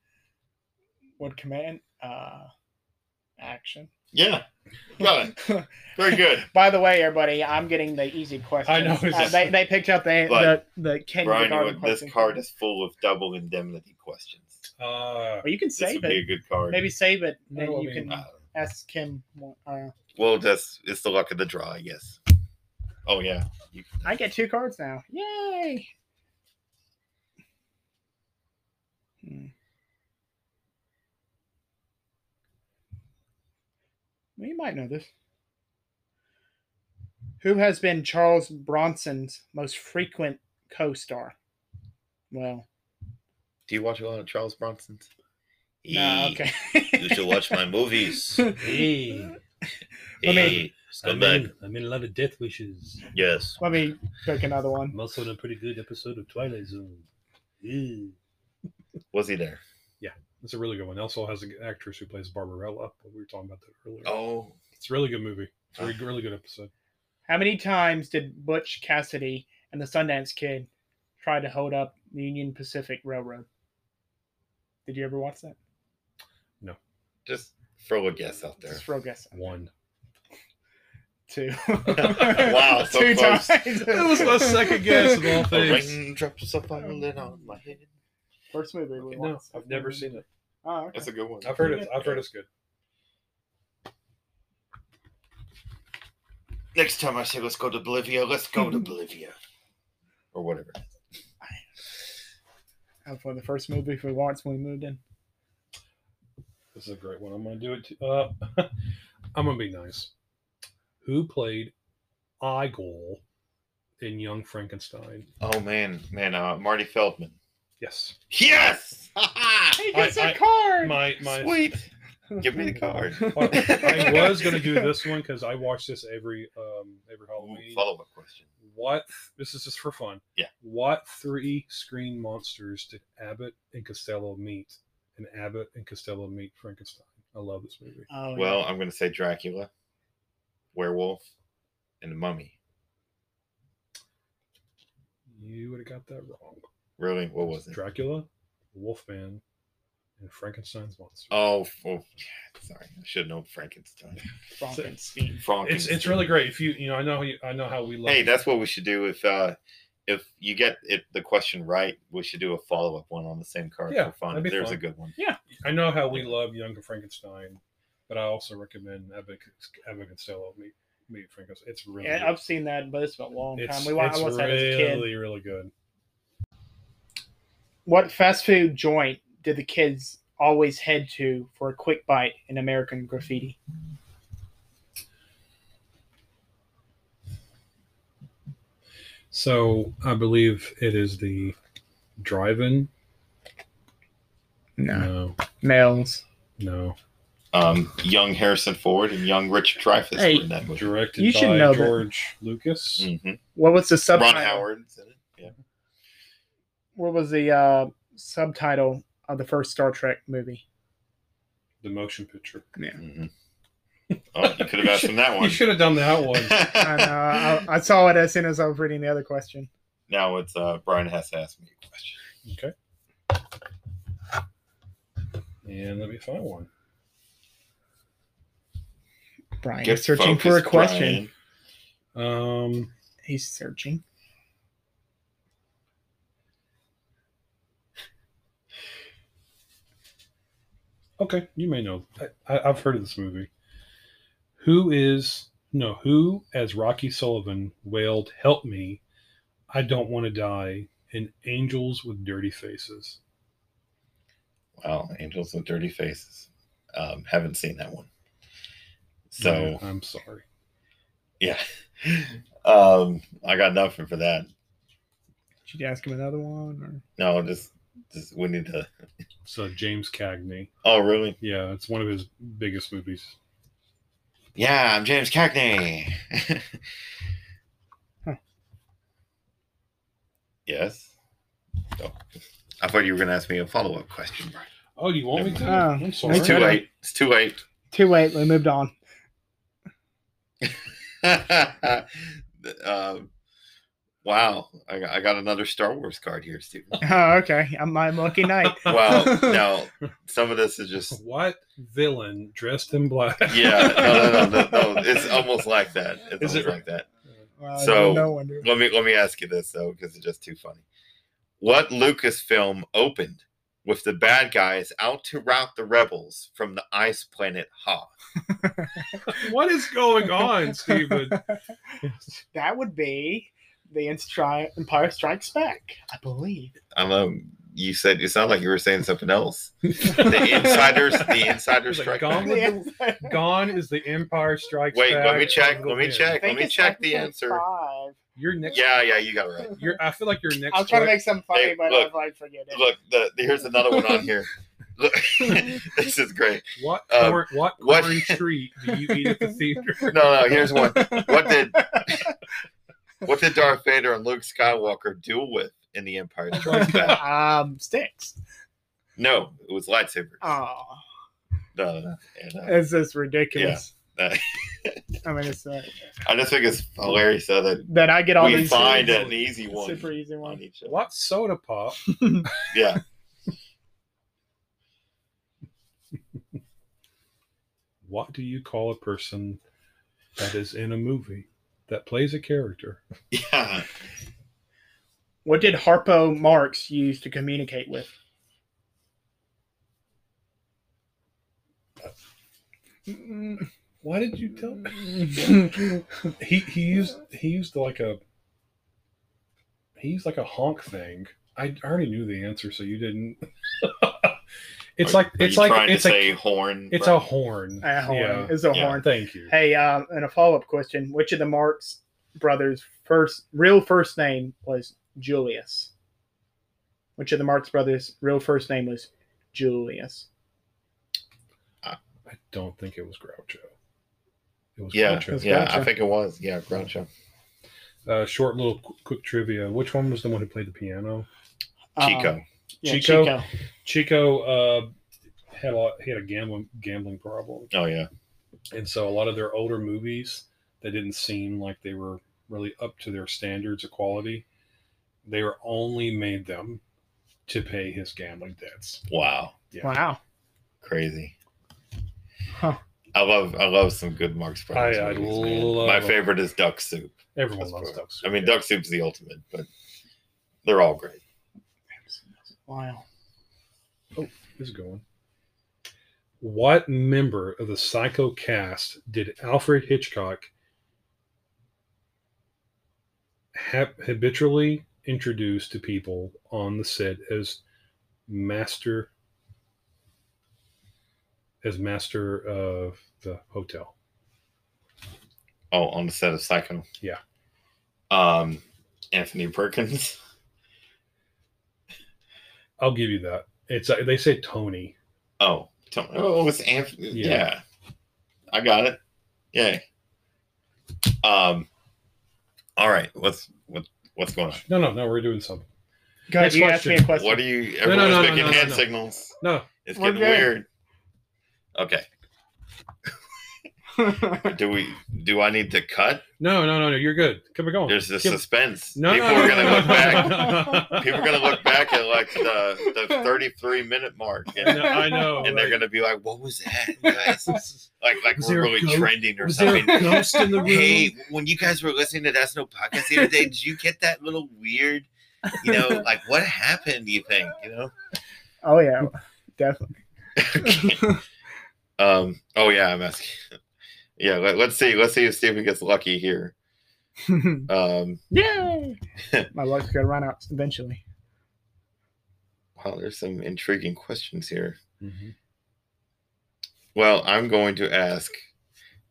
Speaker 4: would command uh, action.
Speaker 2: Yeah, got it.
Speaker 4: (laughs)
Speaker 2: Very good.
Speaker 4: By the way, everybody, I'm getting the easy question. Uh,
Speaker 3: know, it's just-
Speaker 4: they, they picked up the
Speaker 2: But,
Speaker 4: the, the Ken
Speaker 2: Brian, you
Speaker 4: Garden
Speaker 2: would- this
Speaker 4: question.
Speaker 2: card is full of double indemnity questions.
Speaker 3: Uh,
Speaker 4: Well, you can
Speaker 2: This
Speaker 4: save
Speaker 2: would be a
Speaker 4: it.
Speaker 2: good card.
Speaker 4: Maybe save it,
Speaker 3: No,
Speaker 4: and
Speaker 3: I
Speaker 4: you
Speaker 3: mean-
Speaker 4: can
Speaker 2: Uh,
Speaker 4: ask him. more- Uh,
Speaker 2: well, that's it's the luck of the draw, I guess. Oh yeah, you,
Speaker 4: I get two cards now. Yay! Hmm. Well, you might know this. Who has been Charles Bronson's most frequent co-star? Well,
Speaker 2: do you watch a lot of Charles Bronson's?
Speaker 4: no,
Speaker 2: Eh,
Speaker 4: okay. E.
Speaker 2: you should
Speaker 4: (laughs)
Speaker 2: watch my movies.
Speaker 3: hey,
Speaker 4: Let me-
Speaker 2: Hey, come back.
Speaker 3: I'm in a lot of death wishes.
Speaker 2: Yes.
Speaker 4: Let me pick another one.
Speaker 3: I'm also in a pretty good episode of Twilight Zone.
Speaker 2: Was he there?
Speaker 3: It's a really good one. Also has an actress who plays Barbarella. But we were talking about that earlier.
Speaker 2: Oh,
Speaker 3: It's a really good movie. It's a re- really good episode.
Speaker 4: How many times did Butch Cassidy and the Sundance Kid try to hold up the Union Pacific Railroad? Did you ever watch that?
Speaker 2: just throw a guess out there.
Speaker 4: Just throw a guess.
Speaker 3: One.
Speaker 4: Two.
Speaker 2: (laughs) Wow, so
Speaker 4: two
Speaker 2: close.
Speaker 4: times.
Speaker 3: It was my second guess of (laughs) all things.
Speaker 2: Raindrops are falling on my head.
Speaker 4: First movie we
Speaker 3: No,
Speaker 4: watched.
Speaker 3: I've never seen it.
Speaker 4: Oh, okay.
Speaker 2: That's a good one.
Speaker 3: I've heard it. I've heard it's good.
Speaker 2: Next time I say let's go to Bolivia, let's
Speaker 3: (laughs)
Speaker 2: go to Bolivia, or whatever.
Speaker 4: That's one of the first movies we watched when we moved in.
Speaker 3: This is a great one. I'm gonna do it. Too. Uh, (laughs) I'm gonna be nice. Who played Igor in Young Frankenstein?
Speaker 2: Oh man, man, uh, Marty Feldman.
Speaker 3: Yes. (laughs)
Speaker 2: Yes.
Speaker 4: He
Speaker 3: gets I- a I-
Speaker 4: card.
Speaker 3: My my.
Speaker 2: Sweet. Give me the
Speaker 4: (laughs)
Speaker 2: card.
Speaker 4: Oh,
Speaker 3: I was gonna do this one because I watch this every um every Halloween.
Speaker 2: Follow up question.
Speaker 3: What this is just for fun.
Speaker 2: Yeah.
Speaker 3: What three screen monsters did Abbott and Costello meet? And Abbott and Costello meet Frankenstein. I love this movie.
Speaker 4: Oh,
Speaker 2: Well, I'm gonna say Dracula, werewolf, and the mummy.
Speaker 3: You would have got that wrong.
Speaker 2: Really? What was it?
Speaker 3: Dracula, Wolfman, and Frankenstein's monster.
Speaker 2: Oh, oh yeah, sorry. I should know Frankenstein.
Speaker 4: yeah. Frankenstein.
Speaker 3: it's
Speaker 2: Frankenstein.
Speaker 3: it's really great. If you you know I know how you, I know how we love.
Speaker 2: Oh, Hey, that's what we should do if uh if you get it the question right, we should do a follow up one on the same card
Speaker 3: Yeah,
Speaker 2: for fun.
Speaker 3: that'd be
Speaker 2: There's
Speaker 3: fun.
Speaker 2: a good one.
Speaker 3: I know how we love Young and Frankenstein, but I also recommend Abbott Abbott Costello meet meet Frankenstein. It's really
Speaker 4: Yeah,
Speaker 3: good.
Speaker 4: I've seen that, but it's been a long
Speaker 3: it's,
Speaker 4: time. We watched,
Speaker 3: it's
Speaker 4: I watched that as a kid.
Speaker 3: really really good.
Speaker 4: What fast food joint did the kids always head to for a quick bite in American Graffiti?
Speaker 3: So I believe it is the drive-in.
Speaker 4: No.
Speaker 3: No,
Speaker 4: Nails.
Speaker 3: No.
Speaker 2: Um, young Harrison Ford and young Richard Dreyfuss
Speaker 4: Hey.
Speaker 2: were in that movie.
Speaker 3: Directed
Speaker 4: You
Speaker 3: by
Speaker 4: should know that.
Speaker 3: George Lucas.
Speaker 2: Mhm.
Speaker 4: What was the
Speaker 2: Ron
Speaker 4: subtitle?
Speaker 2: Howard's in it. Yeah.
Speaker 4: What was the uh, subtitle of the first Star Trek movie?
Speaker 3: The motion picture. (laughs)
Speaker 2: Mhm. Oh, you could have asked him that one.
Speaker 3: You should have done that one.
Speaker 4: And, uh, I, I saw it as soon as I was reading the other question.
Speaker 2: (laughs) now it's uh, Brian has to ask me a question.
Speaker 3: Okay. And let me find one.
Speaker 4: Brian
Speaker 2: Get
Speaker 4: is searching for a
Speaker 2: focused,
Speaker 4: question.
Speaker 2: Brian.
Speaker 3: Um,
Speaker 4: He's searching.
Speaker 3: okay, you may know. I, I, I've heard of this movie. Who is no who as Rocky Sullivan wailed, "Help me! I don't want to die!" And angels with dirty faces.
Speaker 2: Wow, Angels with Dirty Faces. Um, haven't seen that one. So.
Speaker 3: Yeah, I'm sorry.
Speaker 2: Yeah. (laughs) Um, I got nothing for that.
Speaker 4: Should you ask him another one? Or?
Speaker 2: No, just just we need to
Speaker 3: So James Cagney.
Speaker 2: Oh really?
Speaker 3: Yeah, it's one of his biggest movies.
Speaker 2: Yeah, I'm James Cagney.
Speaker 4: Huh.
Speaker 2: Yes. Oh. I thought you were gonna ask me a follow up question, Brian.
Speaker 3: Oh, you want me to?
Speaker 4: Oh,
Speaker 3: I'm sorry.
Speaker 2: It's too
Speaker 4: could've.
Speaker 2: late. It's too late.
Speaker 4: Too late. We moved on.
Speaker 2: (laughs)
Speaker 4: (laughs)
Speaker 2: um, wow. I, got- I got another Star Wars card here, Stephen.
Speaker 3: (laughs)
Speaker 4: Oh, okay. I'm my lucky night.
Speaker 2: Wow. now some of this is just
Speaker 3: What villain dressed in black?
Speaker 2: Yeah, no, no, no, no, no. It's um, almost like that.
Speaker 3: Is
Speaker 2: It's almost
Speaker 3: it-
Speaker 2: like that.
Speaker 4: Well,
Speaker 2: So-
Speaker 4: no wonder.
Speaker 2: Let me let me ask you this though, because it's just too funny. What Lucasfilm opened with the bad guys out to rout the rebels from the ice planet Ha?
Speaker 3: what is going on,
Speaker 2: (laughs)
Speaker 3: Steven?
Speaker 4: That would be the Instri- Empire Strikes Back, I believe.
Speaker 2: I know you said you sound like you were saying something else.
Speaker 3: (laughs)
Speaker 2: The insiders, the insiders
Speaker 3: Like
Speaker 2: strike.
Speaker 3: gone
Speaker 4: (laughs)
Speaker 2: back.
Speaker 3: with Gone is the Empire Strikes
Speaker 2: Wait,
Speaker 3: Back.
Speaker 2: let me check. Let me
Speaker 3: Yeah.
Speaker 4: I
Speaker 2: check. Let
Speaker 4: think
Speaker 2: me
Speaker 4: it's
Speaker 2: check the
Speaker 4: episode
Speaker 2: answer.
Speaker 4: Five.
Speaker 3: Your next.
Speaker 2: Yeah, yeah, you got it right.
Speaker 3: Your, I feel like your next.
Speaker 4: I was trying to
Speaker 3: que-
Speaker 4: make something funny,
Speaker 2: Hey,
Speaker 4: but I
Speaker 2: look,
Speaker 4: was like, forget it.
Speaker 2: Look, the, here's another one on here. Look, (laughs) this is great.
Speaker 3: what
Speaker 2: uh,
Speaker 3: cor- what
Speaker 2: what-
Speaker 3: corn treat do you eat at the
Speaker 2: (laughs)
Speaker 3: theater?
Speaker 2: No, no, here's one. What did
Speaker 4: (laughs)
Speaker 2: What did Darth Vader and Luke Skywalker duel with in The Empire Strikes Back?
Speaker 4: (laughs) um, sticks.
Speaker 2: No, it was lightsabers.
Speaker 4: Oh,
Speaker 2: No, no, no, no.
Speaker 4: it's just ridiculous.
Speaker 2: Yeah.
Speaker 4: I mean, it's uh,
Speaker 2: I just think it's hilarious how that
Speaker 4: that I get all
Speaker 2: we
Speaker 4: these
Speaker 2: find
Speaker 4: super,
Speaker 2: an easy one
Speaker 4: super easy
Speaker 2: on
Speaker 4: one.
Speaker 2: each other.
Speaker 3: What soda
Speaker 4: (laughs)
Speaker 3: pop?
Speaker 2: Yeah.
Speaker 3: What do you call a person that is in a movie that plays a character?
Speaker 2: Yeah.
Speaker 4: What did Harpo Marx use to communicate with?
Speaker 3: Why did you tell me?
Speaker 4: (laughs)
Speaker 3: He he used he used like a he used like a honk thing. I already knew the answer, so you didn't. (laughs) it's
Speaker 2: Are-
Speaker 3: like
Speaker 2: are
Speaker 3: it's
Speaker 2: you
Speaker 3: like
Speaker 2: trying
Speaker 3: it's
Speaker 2: to
Speaker 3: a
Speaker 2: say horn.
Speaker 3: it's
Speaker 2: Brad?
Speaker 3: a horn.
Speaker 4: A horn.
Speaker 3: Yeah.
Speaker 4: It's a
Speaker 2: Yeah.
Speaker 4: horn.
Speaker 3: Thank you.
Speaker 4: Hey, um, and a follow up question: Which of the Marx brothers' first real first name was Julius? Which of the Marx brothers' real first name was Julius?
Speaker 3: I don't think it was Groucho. It was
Speaker 2: Yeah,
Speaker 3: Groucho.
Speaker 2: yeah, I
Speaker 4: Groucho.
Speaker 2: think it was. Yeah, Groucho.
Speaker 3: Uh, short little qu- quick trivia. Which one was the one who played the piano?
Speaker 4: Um,
Speaker 2: Chico.
Speaker 4: yeah,
Speaker 3: Chico?
Speaker 4: Chico.
Speaker 3: Chico uh, had a lot, he had a gambling gambling problem,
Speaker 2: Oh yeah.
Speaker 3: and so a lot of their older movies that didn't seem like they were really up to their standards of quality, they were only made them to pay his gambling debts.
Speaker 2: Wow.
Speaker 3: Yeah.
Speaker 4: Wow.
Speaker 2: Crazy.
Speaker 4: Huh.
Speaker 2: I love I love some good Marx Brothers.
Speaker 3: I
Speaker 2: movies, man.
Speaker 3: love
Speaker 2: My
Speaker 3: them.
Speaker 2: favorite is Duck Soup.
Speaker 3: Everyone
Speaker 2: That's
Speaker 3: loves
Speaker 2: cool.
Speaker 3: ducks.
Speaker 2: I mean, duck soup's the ultimate, but they're all great.
Speaker 4: Wow.
Speaker 3: is going. What member of the Psycho cast did Alfred Hitchcock hab- habitually introduce to people on the set as master as master of the hotel?
Speaker 2: Oh, on the set of Psycho.
Speaker 3: Yeah.
Speaker 2: Um, Anthony Perkins. (laughs)
Speaker 3: I'll give you that. It's uh, they say Tony.
Speaker 2: Oh, tell me. Oh, it's Anthony.
Speaker 3: Yeah.
Speaker 2: Yeah. I got it. Yay. Um. All right. What's what? What's going on?
Speaker 3: No, no, no. We're doing something.
Speaker 4: Go ahead,
Speaker 3: Next
Speaker 4: you asked me a
Speaker 3: question.
Speaker 4: question.
Speaker 2: What are
Speaker 3: No,
Speaker 2: you? Everyone's
Speaker 3: no, no, no,
Speaker 2: making
Speaker 3: no, no,
Speaker 2: hand
Speaker 3: no.
Speaker 2: signals.
Speaker 3: No,
Speaker 2: It's
Speaker 4: We're
Speaker 2: getting
Speaker 4: good.
Speaker 2: weird. Okay. Do we? Do I need to cut?
Speaker 3: no, no, no, no. You're good. Keep it going.
Speaker 2: There's the
Speaker 3: Keep-
Speaker 2: suspense.
Speaker 3: Oh, no,
Speaker 2: People
Speaker 3: no, no,
Speaker 2: are gonna
Speaker 3: no,
Speaker 2: look
Speaker 3: no,
Speaker 2: back.
Speaker 3: no, no,
Speaker 2: People are gonna look back at like the, the
Speaker 3: (laughs)
Speaker 2: 33 minute mark,
Speaker 3: no.
Speaker 2: and, (laughs)
Speaker 3: No, I know.
Speaker 2: and they're
Speaker 3: like,
Speaker 2: gonna be like, "What was that?" (laughs) guys?" Like, like
Speaker 3: Was
Speaker 2: we're
Speaker 3: there a
Speaker 2: really
Speaker 3: goat?
Speaker 2: trending or
Speaker 3: Was there
Speaker 2: something.
Speaker 3: a ghost in the room?
Speaker 2: (laughs) Hey, when you guys were listening to That's No Podcast the other day, did you get that little weird, you
Speaker 4: (laughs)
Speaker 2: know, like what happened, do you think, you know?
Speaker 4: (laughs) oh yeah, definitely.
Speaker 3: (laughs)
Speaker 2: Um, oh yeah, I'm asking. Yeah, let, let's see. Let's see if Stephen gets lucky here. Um,
Speaker 4: Yay! (laughs) My luck's gonna run out eventually.
Speaker 2: wow, there's some intriguing questions here.
Speaker 4: Mm-hmm.
Speaker 3: Mhm.
Speaker 2: Well, I'm going to ask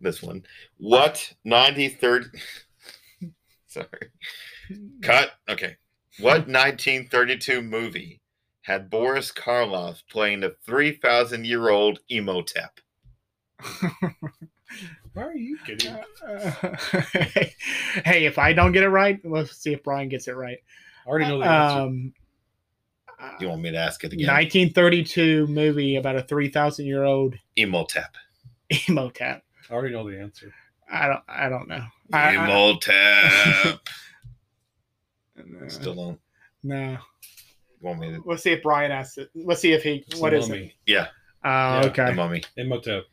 Speaker 2: this one. What 93rd (laughs) Sorry. Cut. Okay.
Speaker 3: (laughs)
Speaker 2: What 1932 movie had Boris Karloff playing a 3,000 year old Emotep?
Speaker 3: Why are you kidding? I
Speaker 4: (laughs) hey, if I don't get it right, let's see if Brian gets it right.
Speaker 3: already know the answer.
Speaker 4: Um, uh,
Speaker 2: You want me to ask it again?
Speaker 4: 1932 movie about a 3,000 year (laughs) old
Speaker 2: Emotep.
Speaker 4: emotep.
Speaker 3: I already know the answer.
Speaker 4: I don't. I don't know. I- I-
Speaker 3: (laughs)
Speaker 2: Emotep.
Speaker 4: no.
Speaker 2: Still don't
Speaker 4: no.
Speaker 2: you want me to.
Speaker 4: Let's see if Brian asks it. Let's see if he.
Speaker 3: It's
Speaker 4: what
Speaker 3: the
Speaker 4: is it?
Speaker 3: mummy.
Speaker 2: Yeah.
Speaker 4: Oh,
Speaker 3: Yeah.
Speaker 2: The
Speaker 4: okay.
Speaker 2: mummy.
Speaker 3: Imhotep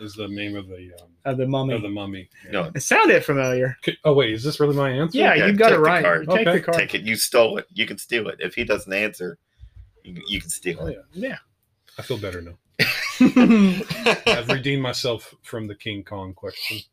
Speaker 3: is the name of the um,
Speaker 4: Of the mummy.
Speaker 3: of the mummy. Yeah.
Speaker 2: No.
Speaker 4: It sounded familiar.
Speaker 3: Could- Oh wait, is this really my answer?
Speaker 4: Yeah,
Speaker 2: yeah,
Speaker 4: you got
Speaker 2: take
Speaker 4: it
Speaker 2: the
Speaker 4: right.
Speaker 2: card.
Speaker 4: Take
Speaker 3: Okay.
Speaker 4: the card.
Speaker 2: Take it. You stole it. You can steal it. If he doesn't answer, you, you can steal
Speaker 3: Oh,
Speaker 2: it.
Speaker 3: yeah.
Speaker 4: Yeah.
Speaker 3: I feel better now. Oh, (laughs)
Speaker 2: yeah.
Speaker 3: I've redeemed myself from the King Kong question.
Speaker 4: (laughs)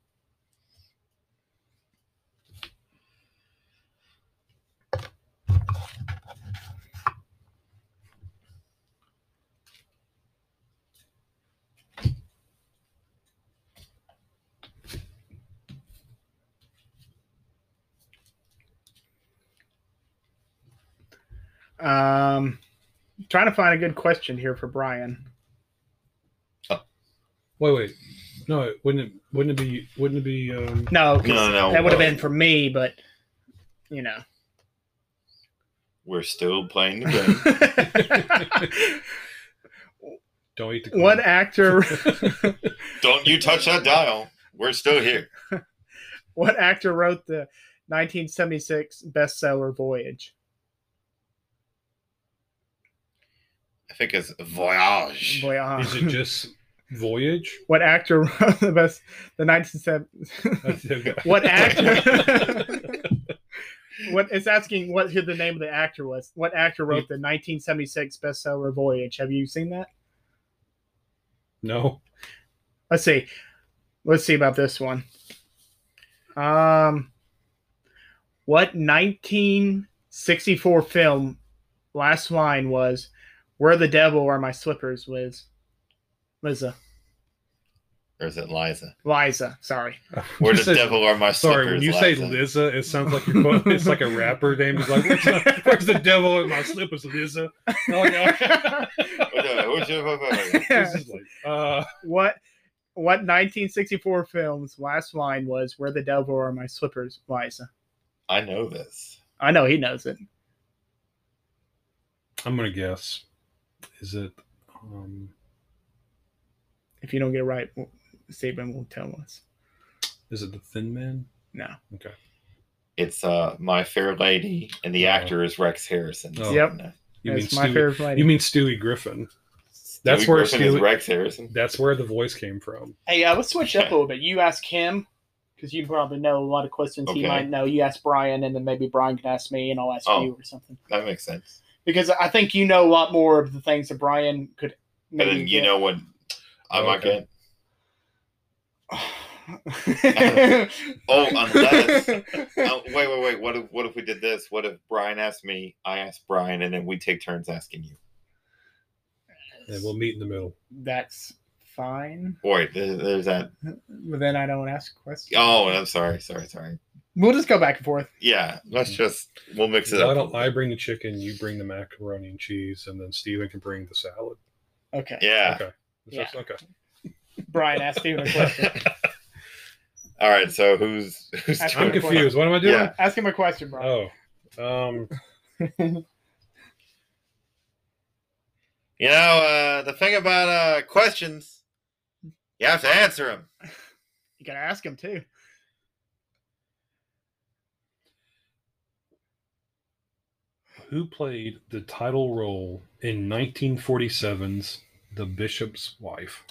Speaker 4: Um, trying to find a good question here for Brian.
Speaker 3: Wait, wait. No, it wouldn't it wouldn't it be wouldn't it be um
Speaker 4: No, 'cause
Speaker 2: No, no,
Speaker 4: that would have
Speaker 2: well-
Speaker 4: been for me, but you
Speaker 2: (laughs)
Speaker 4: know. (laughs)
Speaker 2: We're still playing the game.
Speaker 3: don't eat the Kong.
Speaker 4: what actor?
Speaker 2: Don't you touch that dial. We're still here.
Speaker 4: What actor wrote the 1976 bestseller Voyage?
Speaker 2: I think it's Voyage.
Speaker 4: Voyage.
Speaker 3: (laughs) Is it just voyage?
Speaker 4: (laughs)
Speaker 3: (laughs)
Speaker 4: what actor wrote the best the 1970? (laughs) What
Speaker 3: (laughs)
Speaker 4: actor- what it's asking what who the name of the actor was. What actor wrote the 1976 bestseller Voyage? Have you seen that?
Speaker 3: no.
Speaker 4: Let's see. Let's see about this one. Um, what 1964 film last line was "Where the devil are my slippers?" Liz, Liza,
Speaker 2: Or is it Liza?
Speaker 4: Liza.
Speaker 3: (laughs)
Speaker 4: Sorry.
Speaker 2: Where
Speaker 3: You
Speaker 2: the
Speaker 3: said-
Speaker 2: devil are my
Speaker 3: Sorry, when
Speaker 2: slippers,
Speaker 3: you say
Speaker 2: Liza.
Speaker 3: Liza, it sounds like you're quoting, it's like a rapper name. He's like, where's
Speaker 4: (laughs)
Speaker 3: the, where's the devil in my slippers, Liza? Oh, yeah.
Speaker 2: Who's your-
Speaker 3: (laughs) this is like, uh,
Speaker 4: what what 1964 films last line was "Where the devil are my slippers?" Liza.
Speaker 2: I know this.
Speaker 4: I know he knows it.
Speaker 3: I'm gonna guess. Is it? Um,
Speaker 4: If you don't get it right, Saban will tell us.
Speaker 3: is it the Thin Man?
Speaker 4: No.
Speaker 3: Okay.
Speaker 2: It's uh, My Fair Lady, and the
Speaker 3: Oh.
Speaker 2: actor is Rex Harrison.
Speaker 3: Oh.
Speaker 4: Yep.
Speaker 3: You
Speaker 4: That's
Speaker 3: mean
Speaker 4: my
Speaker 3: Stewie,
Speaker 4: favorite line.
Speaker 3: You mean Stewie Griffin?
Speaker 2: Stewie
Speaker 3: That's where
Speaker 2: Griffin is
Speaker 3: Stewie-
Speaker 2: Rex Harrison.
Speaker 3: That's where the voice came from.
Speaker 4: Hey, uh, let's switch
Speaker 2: (laughs)
Speaker 4: it up a little bit. You ask him because you probably know a lot of questions he
Speaker 2: Okay.
Speaker 4: might know. You ask Brian, and then maybe Brian can ask me, and I'll ask
Speaker 2: Oh.
Speaker 4: you or something.
Speaker 2: That makes sense.
Speaker 4: Because I think you know a lot more of the things that Brian could.
Speaker 2: But then you know what I might
Speaker 3: Okay.
Speaker 2: get. (laughs) Oh, (laughs) unless. oh, wait, wait, wait. What if, what if we did this? What if Brian asked me, I asked Brian, and then we take turns asking you?
Speaker 3: And we'll meet in the middle.
Speaker 4: That's fine,
Speaker 2: Boy, there- there's that.
Speaker 4: but then I don't ask questions.
Speaker 2: Oh, I'm sorry, sorry, sorry.
Speaker 4: We'll just go back and forth.
Speaker 2: Yeah, let's just we'll mix it
Speaker 3: Why
Speaker 2: up.
Speaker 3: don't I bring the chicken? You bring the macaroni and cheese, and then Steven can bring the salad.
Speaker 4: Okay.
Speaker 2: Yeah.
Speaker 3: Okay. It's just- okay.
Speaker 4: Brian asked Steven
Speaker 2: (laughs)
Speaker 4: a question.
Speaker 2: All right. So who's who's (laughs)
Speaker 4: That's
Speaker 2: doing
Speaker 3: I'm
Speaker 4: good.
Speaker 2: it?
Speaker 3: confused. What am I doing?
Speaker 2: Yeah.
Speaker 4: Ask him a question, Brian.
Speaker 3: Oh. Um,
Speaker 2: You know, uh, the thing about uh, questions, you have to answer them.
Speaker 4: You gotta ask him too.
Speaker 3: who played the title role in 1947's The Bishop's Wife?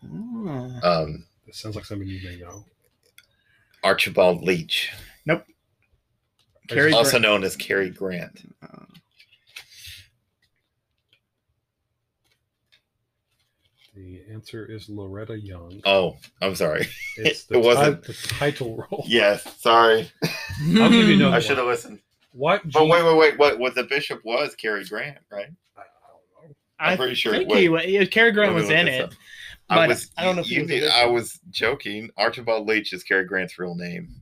Speaker 3: Hmm.
Speaker 2: Um,
Speaker 3: That sounds like something you may know.
Speaker 2: Archibald Leach,
Speaker 4: Cary
Speaker 3: (laughs)
Speaker 2: also
Speaker 4: Grant.
Speaker 2: known as Cary Grant.
Speaker 3: The answer is Loretta Young.
Speaker 2: Oh, I'm sorry.
Speaker 3: It's
Speaker 2: it wasn't. Oh,
Speaker 3: ti- the title
Speaker 2: (laughs)
Speaker 3: role.
Speaker 2: Yes, sorry.
Speaker 3: I'll give you another
Speaker 4: Oh,
Speaker 2: I
Speaker 3: one.
Speaker 2: should have listened.
Speaker 3: What?
Speaker 2: But
Speaker 3: gene-
Speaker 2: wait, wait, wait. What? What the bishop was Cary Grant, right?
Speaker 3: I don't know.
Speaker 2: I'm
Speaker 4: I
Speaker 2: pretty sure it
Speaker 4: think
Speaker 2: was.
Speaker 4: he was. yeah, Cary Grant
Speaker 2: Let me
Speaker 4: was
Speaker 2: look
Speaker 4: in
Speaker 2: this
Speaker 4: it.
Speaker 2: up.
Speaker 4: but
Speaker 2: I was.
Speaker 4: I don't know if he
Speaker 2: you
Speaker 4: was a
Speaker 2: need-
Speaker 4: bishop.
Speaker 2: I was joking. Archibald Leach is Cary Grant's real name.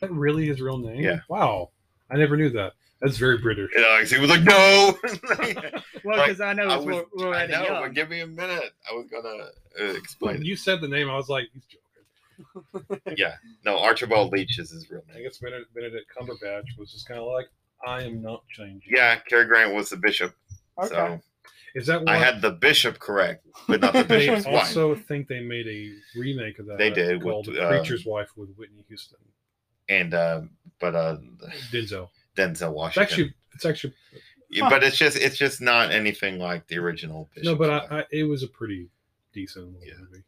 Speaker 3: That really his real name?
Speaker 2: Yeah.
Speaker 3: Wow. I never knew that. That's very British.
Speaker 2: And I- he was like,
Speaker 4: (laughs)
Speaker 2: "No." (laughs)
Speaker 4: Well,
Speaker 2: Like,
Speaker 4: because I know
Speaker 2: I
Speaker 4: it's
Speaker 2: was.
Speaker 4: Lo- Loretta
Speaker 2: I know,
Speaker 4: Young.
Speaker 2: but give me a minute. I was gonna uh,
Speaker 3: When
Speaker 2: explain. it.
Speaker 3: you said the name, I was like, he's joking.
Speaker 2: No, Archibald Leach is his real
Speaker 3: I
Speaker 2: name.
Speaker 3: guess Benedict, Benedict Cumberbatch was just kind of like, I am not changing.
Speaker 2: Yeah, Cary Grant was the bishop. So
Speaker 3: Is that why
Speaker 2: I had the bishop correct, but
Speaker 4: (laughs)
Speaker 2: not the
Speaker 3: they
Speaker 2: bishop's wife.
Speaker 3: also think they made a remake of that?
Speaker 2: They did with,
Speaker 3: Called The
Speaker 2: uh,
Speaker 3: Preacher's Wife with Whitney Houston.
Speaker 2: and uh, but uh, (laughs)
Speaker 3: Denzel.
Speaker 2: Denzel
Speaker 3: It's
Speaker 2: Washington.
Speaker 3: actually, it's actually,
Speaker 2: Yeah, but it's just it's just not anything like the original. Bishop
Speaker 3: no, but I, I, it was a pretty decent little
Speaker 2: Yeah.
Speaker 3: movie.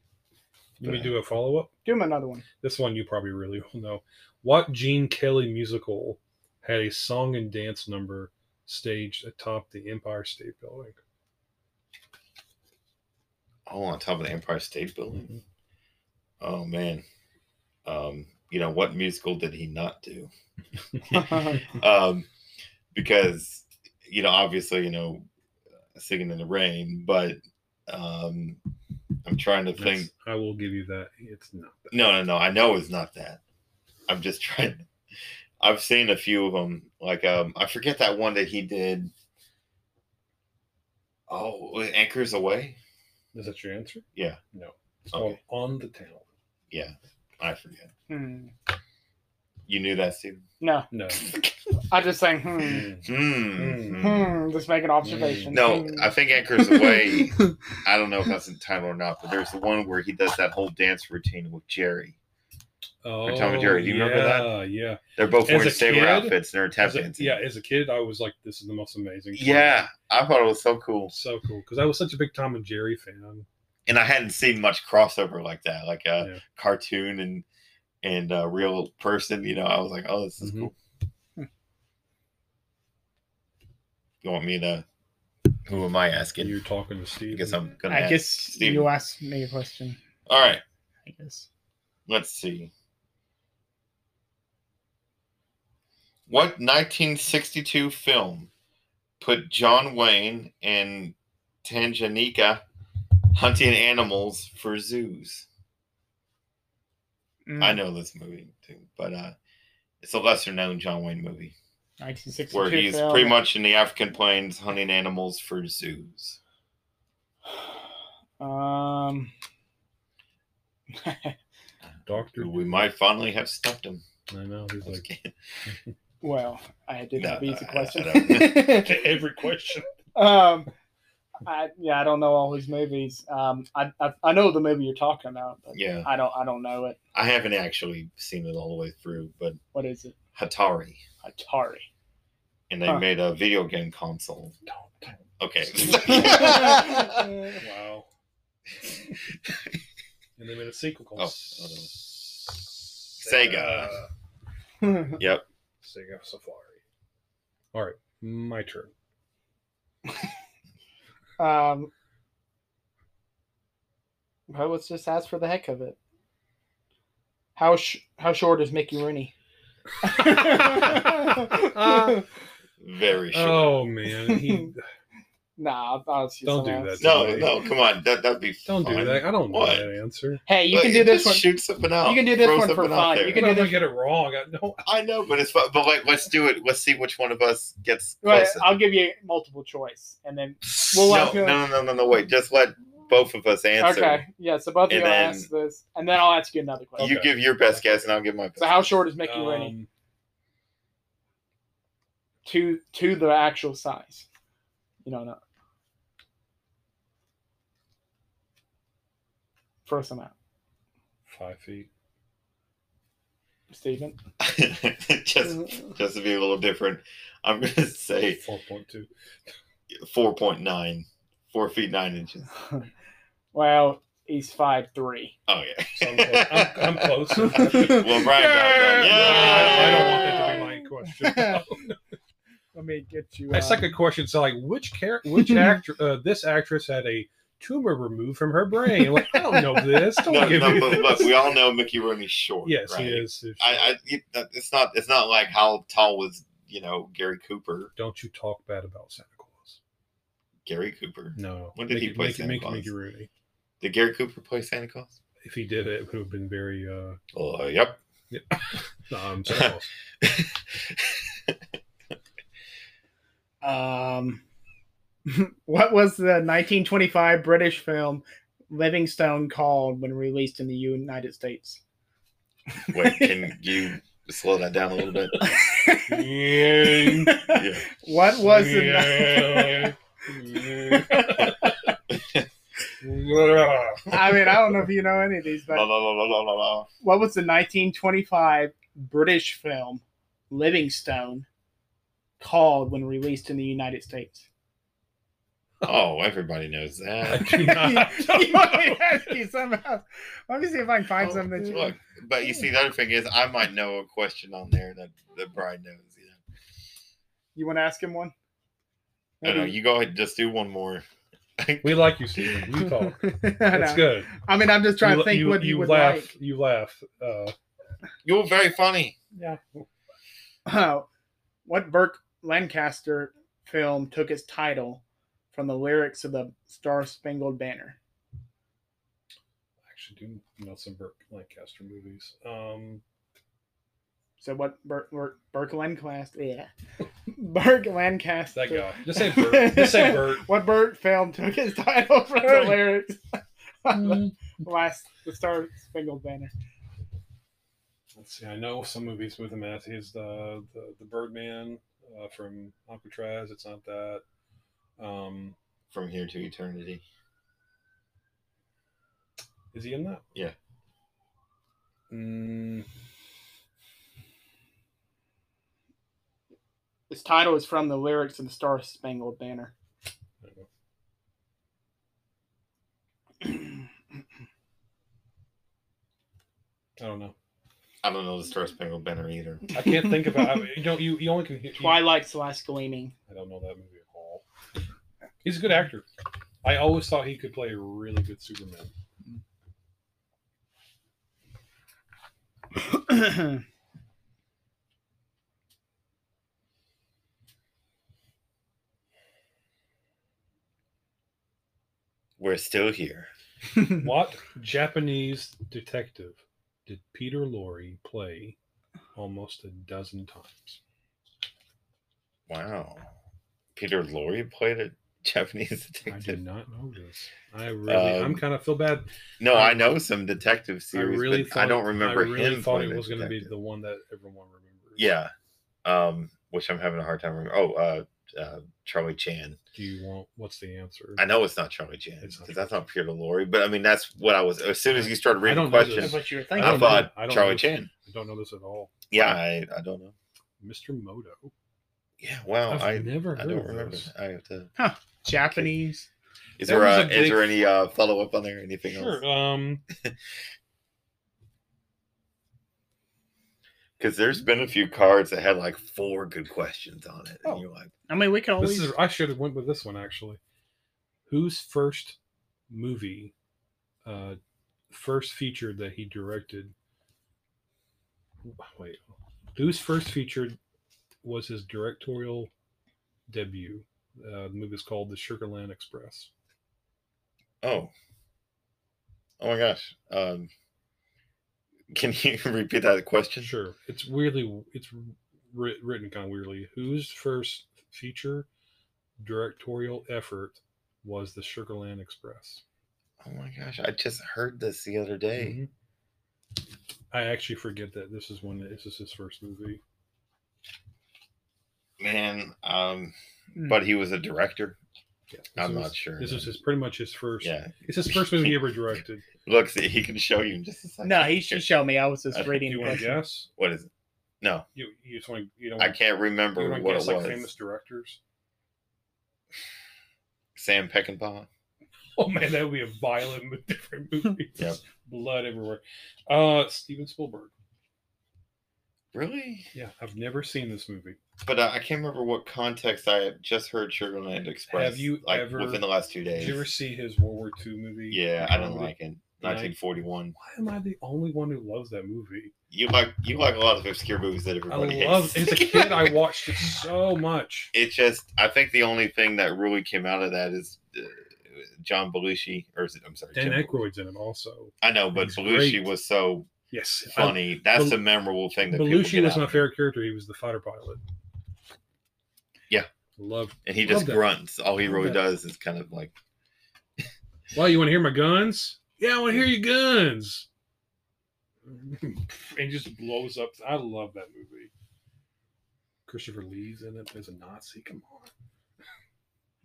Speaker 3: You may
Speaker 2: But-
Speaker 3: do a follow up?
Speaker 4: Do him
Speaker 2: (laughs)
Speaker 4: another one. (laughs)
Speaker 3: This one you probably really will know. What Gene Kelly musical had a song and dance number staged atop the Empire State Building?
Speaker 2: oh, on top of the Empire State Building. Oh man, um, you know what musical did he not do? Um, because you know, obviously, you know, singing in the rain, but um, I'm trying to think.
Speaker 3: That's- I will give you that. It's not that.
Speaker 2: No, no, no. I know it's not that. I'm just (laughs) trying. I've seen a few of them. Like um, I forget that one that he did. Oh, was it anchors away.
Speaker 3: Is that your answer?
Speaker 2: Yeah,
Speaker 3: No. It's called
Speaker 2: Okay.
Speaker 3: On the Town.
Speaker 2: yeah. I forget.
Speaker 4: Hmm.
Speaker 2: You knew that, Steve.
Speaker 4: No,
Speaker 2: (laughs)
Speaker 3: No.
Speaker 4: I'm just saying. Hmm.
Speaker 3: Mm.
Speaker 2: Hmm.
Speaker 3: Mm.
Speaker 2: hmm.
Speaker 4: Hmm. Just make an observation.
Speaker 2: No,
Speaker 4: Hmm.
Speaker 2: I think anchors
Speaker 4: (laughs)
Speaker 2: away. I don't know if that's in title or not, but there's the one where he does that whole dance routine with Jerry.
Speaker 3: Oh,
Speaker 2: Tom and Jerry, do you
Speaker 3: yeah,
Speaker 2: remember that?
Speaker 3: Yeah.
Speaker 2: They're both
Speaker 3: As
Speaker 2: wearing
Speaker 3: a
Speaker 2: stable
Speaker 3: kid?
Speaker 2: outfits and they're tap
Speaker 3: As a-
Speaker 2: dancing.
Speaker 3: yeah, as a kid, I was like, this is the most amazing. thing.
Speaker 2: yeah. I thought it was so cool.
Speaker 3: So cool. Because I was such a big Tom and Jerry fan.
Speaker 2: and I hadn't seen much crossover like that, like a
Speaker 3: Yeah.
Speaker 2: cartoon and and a real person. You know, I was like, oh, this is
Speaker 3: Mhm.
Speaker 2: cool. You want me to? Who am I asking?
Speaker 3: You're talking to
Speaker 2: I
Speaker 3: Steve.
Speaker 2: guess I'm gonna.
Speaker 4: I
Speaker 2: ask-
Speaker 4: guess
Speaker 2: Steven.
Speaker 4: you asked me a question.
Speaker 2: All right,
Speaker 4: I guess.
Speaker 2: let's see. What 1962 film put John Wayne and Tanganyika hunting animals for zoos?
Speaker 4: Hmm.
Speaker 2: I know this movie too, but uh, it's a lesser known John Wayne movie
Speaker 4: 1962
Speaker 2: where he's
Speaker 4: film.
Speaker 2: pretty much in the African plains hunting animals for zoos.
Speaker 4: Um.
Speaker 3: Doctor.
Speaker 2: We might finally have stumped him.
Speaker 3: I know. He's
Speaker 2: I was
Speaker 3: like,
Speaker 2: kidding.
Speaker 4: well, I did
Speaker 2: No,
Speaker 4: not beat the
Speaker 2: I- I
Speaker 4: question. (laughs)
Speaker 3: (laughs) every question.
Speaker 4: um. I, yeah, I don't know all these movies. Um, I, I I know the movie you're talking about, but
Speaker 2: (laughs) yeah,
Speaker 4: I don't I don't know it.
Speaker 2: I haven't actually seen it all the way through, but
Speaker 4: What is it?
Speaker 2: Hatari,
Speaker 4: Atari.
Speaker 2: and they
Speaker 4: Huh.
Speaker 2: made a video game console. Okay. (laughs)
Speaker 3: Wow. and they made a sequel called
Speaker 2: Oh, another one. Sega. yep.
Speaker 3: Sega Safari. All right. My turn.
Speaker 4: (laughs) um. Well, let's just ask for the heck of it. How sh- how short is Mickey
Speaker 2: (laughs)
Speaker 4: Rooney?
Speaker 2: (laughs) Very
Speaker 3: (laughs)
Speaker 2: sure.
Speaker 3: Oh man, he
Speaker 4: Nah, I'll, I'll see
Speaker 3: Don't
Speaker 4: someone
Speaker 3: do
Speaker 4: else.
Speaker 3: that.
Speaker 2: No, no, come on. That that'd be
Speaker 3: Don't do
Speaker 2: fun.
Speaker 3: that. I don't know
Speaker 2: What?
Speaker 3: that answer.
Speaker 4: Hey, you
Speaker 2: Like,
Speaker 4: can do this
Speaker 2: just
Speaker 4: one.
Speaker 2: Shoot something out.
Speaker 4: you can do this
Speaker 2: Throw
Speaker 4: one for
Speaker 2: something out
Speaker 4: fun.
Speaker 2: there.
Speaker 4: You
Speaker 3: You
Speaker 4: can
Speaker 3: know,
Speaker 4: do
Speaker 3: I'm gonna
Speaker 4: this-
Speaker 3: get it wrong. I know.
Speaker 2: I know, but it's fun. But like, let's do it. Let's see which one of us gets (laughs)
Speaker 4: Well,
Speaker 2: closer.
Speaker 4: I'll give you multiple choice, and then we'll
Speaker 2: no,
Speaker 4: have to-
Speaker 2: no, no, no, no, no. Wait, just let both of us answer.
Speaker 4: okay, yeah. So both of
Speaker 2: And
Speaker 4: you
Speaker 2: then-
Speaker 4: ask this, and then I'll ask you another question.
Speaker 2: You Uh,
Speaker 3: Okay.
Speaker 2: give your best guess, and I'll give my best.
Speaker 4: So how short is Mickey Rooney
Speaker 3: Um,
Speaker 4: to to the actual size? You don't know. First amount,
Speaker 3: five feet.
Speaker 4: (laughs) Stephen.
Speaker 2: (laughs) just, just to be a little different, I'm gonna say
Speaker 3: Four point (laughs) two.
Speaker 2: four point nine, four feet nine inches.
Speaker 4: well, he's five three.
Speaker 2: Oh yeah. (laughs)
Speaker 3: So I'm close. I'm, I'm close.
Speaker 2: Well, Brian got it.
Speaker 3: No, I, I don't want
Speaker 2: Yeah.
Speaker 3: that (laughs) to be my question.
Speaker 4: Let me get you.
Speaker 3: My
Speaker 4: uh,
Speaker 3: second question is like, which char-
Speaker 4: (laughs)
Speaker 3: which actor? Uh, this actress had a tumor removed from her brain. Like, I don't know this. Don't
Speaker 2: No,
Speaker 3: give
Speaker 2: no,
Speaker 3: me
Speaker 2: but
Speaker 3: this.
Speaker 4: (laughs)
Speaker 2: look, we all know Mickey Rooney's short.
Speaker 3: yes,
Speaker 2: right?
Speaker 3: he is. If-
Speaker 2: I, I, it- it's not, it's not like how tall was you know Gary Cooper.
Speaker 3: don't you talk bad about Santa Claus?
Speaker 2: Gary Cooper.
Speaker 3: No.
Speaker 2: When did he play Santa
Speaker 3: Mickey,
Speaker 2: Claus?
Speaker 3: Mickey Rooney.
Speaker 2: Did Gary Cooper play Santa Claus?
Speaker 3: If he did it, it would have been very uh,
Speaker 2: Oh, yep. (laughs)
Speaker 3: um, Santa Claus.
Speaker 4: Um, (laughs) what was the 1925 British film Livingstone called when released in the United States?
Speaker 2: Wait,
Speaker 4: (laughs)
Speaker 2: can you slow that down a little bit? (laughs) Yeah.
Speaker 4: What was the (laughs) I mean, I don't know if you know any of these,
Speaker 2: La,
Speaker 4: but
Speaker 2: la, la, la, la, la, la.
Speaker 4: what was the 1925 British film Livingstone called when released in the United States? (laughs)
Speaker 2: Oh, everybody knows
Speaker 3: (laughs) I
Speaker 2: that.
Speaker 3: do not
Speaker 4: you want (laughs) me to ask you somehow? Let me see if I can find something that you
Speaker 2: Oh, Look, but you see, the other thing is, I might know a question on there that that Brian knows. You know,
Speaker 4: you want to ask him
Speaker 2: I
Speaker 4: one. Mm-hmm.
Speaker 2: don't know. You go ahead and just do one more.
Speaker 3: We like you, Stephen. You talk.
Speaker 4: (laughs) I
Speaker 3: That's
Speaker 4: know.
Speaker 3: good.
Speaker 4: I mean, I'm just trying
Speaker 3: You-
Speaker 4: to think
Speaker 3: you,
Speaker 4: what you,
Speaker 3: you
Speaker 4: would
Speaker 3: laugh.
Speaker 4: like.
Speaker 3: You laugh. Uh,
Speaker 2: You're very funny.
Speaker 4: Yeah. Oh, (clears throat) what Burke Lancaster film took its title from the lyrics of the Star Spangled Banner?
Speaker 3: actually, do know some Burke Lancaster movies. Um,
Speaker 4: So what Burke Burke, Burke Lancaster? Yeah, (laughs) Burke Lancaster.
Speaker 3: that guy. Just say Burke. Just say
Speaker 4: (laughs)
Speaker 3: Burke.
Speaker 4: What Burke film took its title from the lyrics? Hmm. (laughs) Last the Star Spangled Banner.
Speaker 3: Let's see. I know some movies with him at. He's the the, the Birdman uh, from Alcatraz. It's not that. Um,
Speaker 2: From here to eternity.
Speaker 3: is he in that?
Speaker 2: Yeah.
Speaker 3: Mm,
Speaker 4: This title is from the lyrics of the Star Spangled Banner. (clears throat)
Speaker 3: I don't know. I don't know.
Speaker 2: I don't know the Star Spangled Banner either.
Speaker 3: I can't think of it. I, you don't. You, you only can hear. you-
Speaker 4: Twilight's Last Gleaming.
Speaker 3: I don't know that movie at all. He's a good actor. I always thought he could play a really good Superman.
Speaker 2: We're still here.
Speaker 3: (laughs) What Japanese detective did Peter Lorre play almost a dozen times?
Speaker 2: Wow. Peter Lorre played a (laughs) Japanese
Speaker 3: I do
Speaker 2: detective.
Speaker 3: not know this.
Speaker 2: (laughs)
Speaker 3: I really, I'm
Speaker 2: Um,
Speaker 3: kind of feel bad.
Speaker 2: No,
Speaker 3: I-
Speaker 2: I know some detective
Speaker 3: I
Speaker 2: series,
Speaker 3: really,
Speaker 2: but
Speaker 3: thought,
Speaker 2: I don't remember
Speaker 3: I really
Speaker 2: him.
Speaker 3: thought
Speaker 2: playing
Speaker 3: it
Speaker 2: a
Speaker 3: was going to be
Speaker 2: detective.
Speaker 3: the one that everyone remembers.
Speaker 2: Yeah. Um, which I'm having a hard time remembering. Oh, uh, uh, Charlie Chan.
Speaker 3: Do you want? What's the answer?
Speaker 2: I know it's not Charlie Chan
Speaker 3: It's not
Speaker 2: because that's not Peter Lorre, but I mean that's what I was. As soon as you started reading the
Speaker 3: don't know this.
Speaker 2: question,
Speaker 4: That's what you were
Speaker 2: I,
Speaker 4: thinking.
Speaker 3: don't know.
Speaker 2: thought
Speaker 3: I don't
Speaker 2: Charlie
Speaker 3: know.
Speaker 2: Chan.
Speaker 3: I don't know this at all.
Speaker 2: Yeah, I, I don't know.
Speaker 3: Mr. Moto.
Speaker 2: Yeah, wow,
Speaker 3: I've
Speaker 2: Oh, I
Speaker 3: never
Speaker 2: I
Speaker 3: heard
Speaker 2: don't
Speaker 3: of
Speaker 2: remember.
Speaker 3: this.
Speaker 2: I have to.
Speaker 4: Uh, Japanese.
Speaker 2: Is
Speaker 3: There
Speaker 2: there,
Speaker 3: was
Speaker 2: uh,
Speaker 3: a
Speaker 2: is
Speaker 3: big-
Speaker 2: there any uh, follow up on there? Anything
Speaker 3: Sure.
Speaker 2: else?
Speaker 3: Um,
Speaker 2: Because
Speaker 3: Mm-hmm.
Speaker 2: there's been a few cards that had like four good questions on it,
Speaker 4: Oh.
Speaker 2: and you're like,
Speaker 4: I mean, we could always.
Speaker 3: This is I should have went with this one actually. Whose first movie, uh, first feature that he directed? Wait, whose first feature was his directorial debut? Uh, the movie is called The Sugarland Express.
Speaker 2: Oh. Oh my gosh. Um, can (laughs) you repeat that question?
Speaker 3: Sure, it's weirdly it's writ- written kind of weirdly. Whose first feature directorial effort was The Sugarland Express?
Speaker 2: Oh my gosh. I just heard this the other day.
Speaker 3: Mhm. I actually forget that this is when this is his first movie.
Speaker 2: Mm-hmm. Man, um,
Speaker 4: Mm.
Speaker 2: but he was a director.
Speaker 3: Yeah, Hmm. this
Speaker 2: I'm
Speaker 3: was-
Speaker 2: not sure.
Speaker 3: This is his pretty much his first.
Speaker 2: Yeah.
Speaker 3: It's his first movie he ever directed.
Speaker 2: Look, see, he can show you in just a second.
Speaker 4: No, he should show me. I was just
Speaker 2: Okay,
Speaker 3: Do
Speaker 4: reading.
Speaker 3: you
Speaker 4: the
Speaker 3: want to
Speaker 4: question.
Speaker 3: guess?
Speaker 2: What is it? No,
Speaker 3: You you just want to you don't
Speaker 2: I
Speaker 3: want
Speaker 2: can't remember
Speaker 3: you don't
Speaker 2: what
Speaker 3: guess
Speaker 2: it
Speaker 3: like
Speaker 2: was.
Speaker 3: famous directors. (laughs)
Speaker 2: Sam Peckinpah.
Speaker 3: Oh man, that would be a violent but (laughs) different movie.
Speaker 2: Yep.
Speaker 3: Blood everywhere. Uh, Steven Spielberg.
Speaker 2: Really?
Speaker 3: Yeah, I've never seen this movie.
Speaker 2: But uh, I can't remember what context I had just heard Sugarland Express.
Speaker 3: Have you
Speaker 2: like
Speaker 3: ever-
Speaker 2: within the last two days?
Speaker 3: Did you ever see his World War II movie?
Speaker 2: yeah, I didn't like it.
Speaker 3: Like-
Speaker 2: 1941.
Speaker 3: Why am I the only one who loves that movie?
Speaker 2: You like you like a lot of obscure movies that everybody
Speaker 3: I love.
Speaker 2: hates.
Speaker 3: As a kid,
Speaker 2: (laughs)
Speaker 3: I watched it so much.
Speaker 2: it just I think the only thing that really came out of that is uh, John Belushi, or is it? I'm sorry,
Speaker 3: Dan
Speaker 2: Jim Belushi.
Speaker 3: Aykroyd's in it also.
Speaker 2: I know, but
Speaker 3: He's
Speaker 2: Belushi
Speaker 3: great.
Speaker 2: was so
Speaker 3: Yes, I-
Speaker 2: funny. That's
Speaker 3: Bel-
Speaker 2: a memorable thing that people
Speaker 3: Belushi
Speaker 2: get
Speaker 3: was
Speaker 2: out
Speaker 3: my
Speaker 2: of it.
Speaker 3: favorite character. He was the fighter pilot.
Speaker 2: Yeah.
Speaker 3: Love.
Speaker 2: and he
Speaker 3: love
Speaker 2: just
Speaker 3: that.
Speaker 2: grunts. All he
Speaker 3: Love
Speaker 2: really
Speaker 3: that.
Speaker 2: does is kind of like
Speaker 3: Well, you want to hear my guns? Yeah, I want to hear your guns. (laughs) and just blows up. I love that movie. Christopher Lee's in it as a Nazi. Come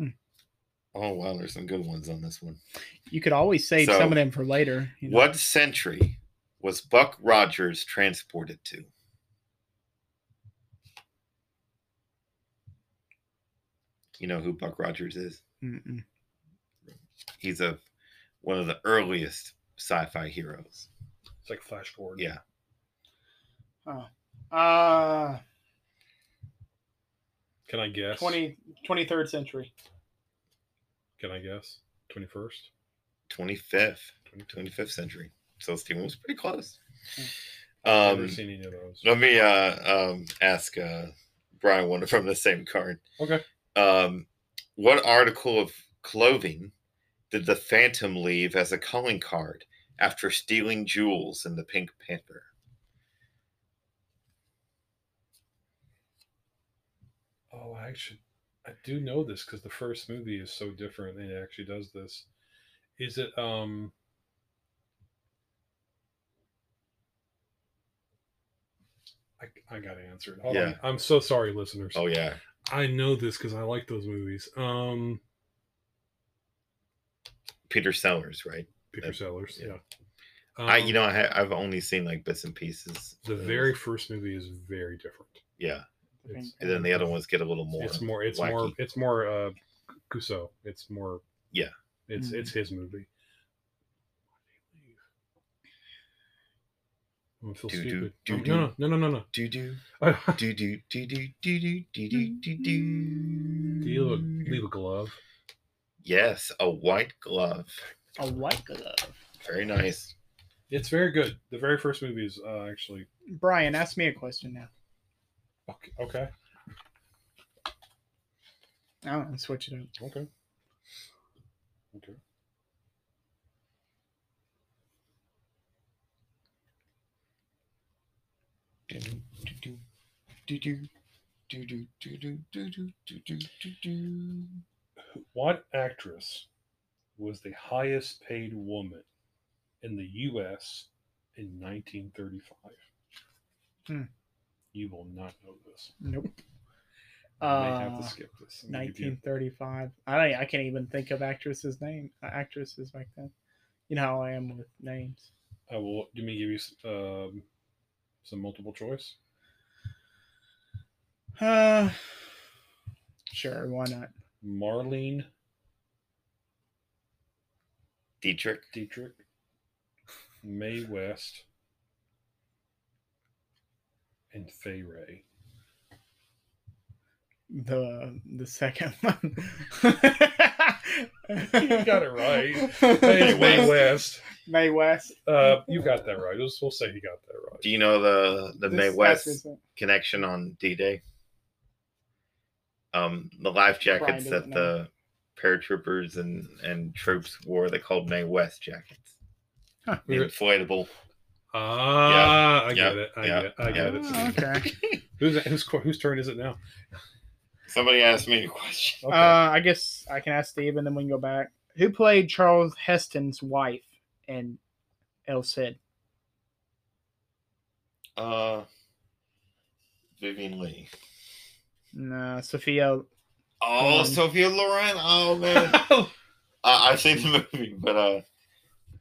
Speaker 3: on.
Speaker 2: Oh wow, there's some good ones on this one.
Speaker 4: You could always save
Speaker 2: So,
Speaker 4: some of them for later. you know?
Speaker 2: What century was Buck Rogers transported to? You know who Buck Rogers is?
Speaker 4: Mm-mm.
Speaker 2: He's a one of the earliest sci-fi heroes.
Speaker 3: It's like Flash Gordon.
Speaker 2: Yeah.
Speaker 4: Uh,
Speaker 3: Can I guess?
Speaker 4: 20, 23rd century.
Speaker 3: Can I guess? 21st?
Speaker 2: 25th,
Speaker 3: 22nd?
Speaker 2: 25th century. So Steven was pretty close.
Speaker 3: I've never
Speaker 2: Um,
Speaker 3: seen any of those.
Speaker 2: let me uh, um, ask uh, Brian one from the same card.
Speaker 3: Okay.
Speaker 2: um, what article of clothing did the Phantom leave as a calling card after stealing jewels in the Pink Panther?
Speaker 3: Oh, I actually, I do know this because the first movie is so different and it actually does this. Is it, um, I, I got to answer it. Hold on.
Speaker 2: Yeah.
Speaker 3: I'm so sorry, listeners.
Speaker 2: Oh yeah,
Speaker 3: I know this because I like those movies. Um,
Speaker 2: Peter Sellers, right?
Speaker 3: Peter
Speaker 2: That-
Speaker 3: Sellers. Yeah.
Speaker 2: yeah. I you
Speaker 3: Um,
Speaker 2: know I ha- I've only seen like bits and pieces.
Speaker 3: the
Speaker 2: of those.
Speaker 3: very first movie is very different.
Speaker 2: yeah,
Speaker 3: It's,
Speaker 2: and then the other ones get a little more.
Speaker 3: it's more it's more
Speaker 2: wacky.
Speaker 3: it's more uh Cuso. It's more
Speaker 2: Yeah.
Speaker 3: It's
Speaker 4: Mhm.
Speaker 3: it's his movie. I'm gonna feel
Speaker 2: Do, do,
Speaker 3: stupid.
Speaker 2: do,
Speaker 3: Um,
Speaker 2: do.
Speaker 3: no, no, no, no, (laughs) no,
Speaker 2: Do do
Speaker 3: no.
Speaker 2: do do do do do do do do do
Speaker 4: Mm-hmm.
Speaker 3: Do you leave a, leave a glove?
Speaker 2: Yes, a white glove.
Speaker 4: A white glove.
Speaker 2: Very nice.
Speaker 3: It's very good. The very first movie is uh, actually
Speaker 4: Brian, ask me a question now.
Speaker 3: okay. Okay.
Speaker 4: I don't know, switch it up.
Speaker 3: Okay. Okay.
Speaker 2: Do do do do do do do do do do do do do.
Speaker 3: What actress was the highest paid woman in the U.S. in 1935?
Speaker 4: Hmm.
Speaker 3: You will not know this.
Speaker 4: Nope.
Speaker 3: You may have
Speaker 4: Uh,
Speaker 3: to skip this. I'm gonna give you-
Speaker 4: 1935. I don't. I can't even think of actresses' name. uh, Actresses back then. You know how I am with names.
Speaker 3: I will. Do me give you s- um, some multiple choice?
Speaker 4: Uh, sure. Why not?
Speaker 3: Marlene
Speaker 2: Dietrich.
Speaker 3: Dietrich, Mae West, and Fay
Speaker 2: (laughs)
Speaker 3: Ray.
Speaker 4: The the second (laughs) one.
Speaker 3: You got it right.
Speaker 4: (laughs)
Speaker 3: Mae
Speaker 2: Mae
Speaker 4: May
Speaker 2: West.
Speaker 4: West.
Speaker 3: West.
Speaker 4: May West.
Speaker 3: Uh, you got that right. Let's- We'll say he got that right.
Speaker 2: Do you know the the
Speaker 4: This-
Speaker 2: May
Speaker 4: that's
Speaker 2: West
Speaker 4: his name.
Speaker 2: connection on D Day? um, the life jackets that
Speaker 4: doesn't
Speaker 2: the paratroopers and and troops wore. They called May West jackets.
Speaker 4: Huh.
Speaker 2: The (laughs) Inflatable.
Speaker 3: Ah, I
Speaker 2: yeah,
Speaker 3: get it. I
Speaker 2: yeah,
Speaker 3: get it. I
Speaker 2: yeah.
Speaker 3: get
Speaker 4: Oh,
Speaker 3: it.
Speaker 4: okay.
Speaker 3: Who's whose cor- whose turn is it now?
Speaker 2: Somebody asked me a question.
Speaker 3: Okay.
Speaker 4: Uh, I guess I can ask Steve, and then we can go back. Who played Charles Heston's wife in El Cid?
Speaker 2: Uh, Vivian Lee.
Speaker 4: No, uh, Sophia.
Speaker 2: Oh,
Speaker 4: Um,
Speaker 2: Sophia Loren. Oh
Speaker 3: (laughs)
Speaker 2: man,
Speaker 4: (laughs)
Speaker 2: I, I've seen the movie, but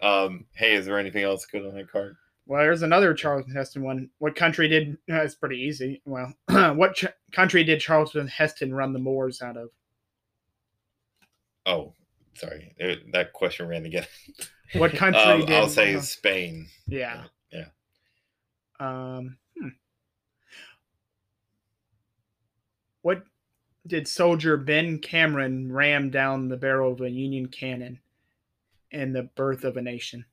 Speaker 2: uh, um, hey, is there anything else good on that card?
Speaker 4: Well, there's another Charles Heston one. What country did? That's pretty easy. Well, (clears throat) what ch- country did Charles Heston run the Moors out of?
Speaker 2: Oh, sorry, it- that question ran again. (laughs)
Speaker 4: What country
Speaker 2: Um,
Speaker 4: did? Uh-huh.
Speaker 2: I'll say Spain.
Speaker 4: (laughs) yeah.
Speaker 2: yeah.
Speaker 4: Um. hmm. What did soldier Ben Cameron ram down the barrel of a Union cannon in the birth of a nation?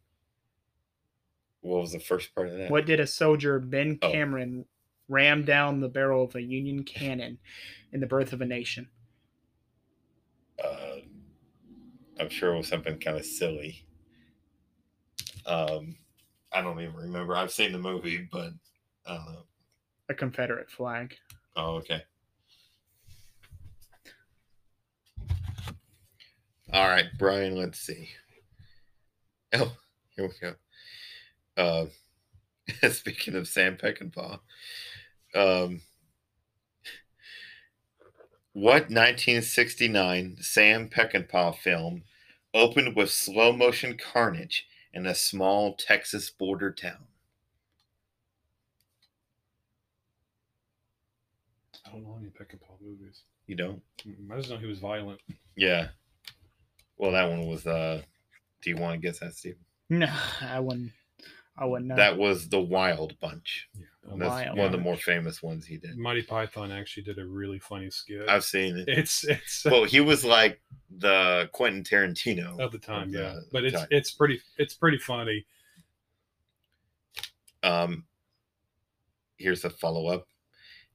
Speaker 2: What was the first part of that?
Speaker 4: What did a soldier Ben
Speaker 2: Oh.
Speaker 4: Cameron ram down the barrel of a Union cannon in the birth of a nation?
Speaker 2: Uh, I'm sure it was something kind of silly. Um, I don't even remember. I've seen the movie, but uh, I don't know.
Speaker 4: A Confederate flag. (laughs)
Speaker 2: Oh, okay. All right, Brian, let's see. Oh, here we go. Uh, (laughs) speaking of Sam Peckinpah, um, what 1969 Sam Peckinpah film opened with slow motion carnage in a small Texas border town?
Speaker 3: I don't know any Peck and Paul movies. Mm,
Speaker 2: You don't?
Speaker 3: I just know he was violent.
Speaker 2: Yeah. Well, that one was. uh Do you want to guess that, Steve?
Speaker 4: No, I wouldn't. I wouldn't know.
Speaker 2: That was the Wild Bunch.
Speaker 3: Yeah.
Speaker 2: That's
Speaker 4: Wild
Speaker 2: one of the more famous ones he did.
Speaker 3: Mighty Python actually did a really funny skit.
Speaker 2: I've seen it.
Speaker 3: it's it's
Speaker 2: Well, he was like the Quentin Tarantino.
Speaker 3: at the time,
Speaker 2: of
Speaker 3: yeah,
Speaker 2: the
Speaker 3: but it's
Speaker 2: time.
Speaker 3: it's pretty it's pretty funny.
Speaker 2: Um, here's a follow up.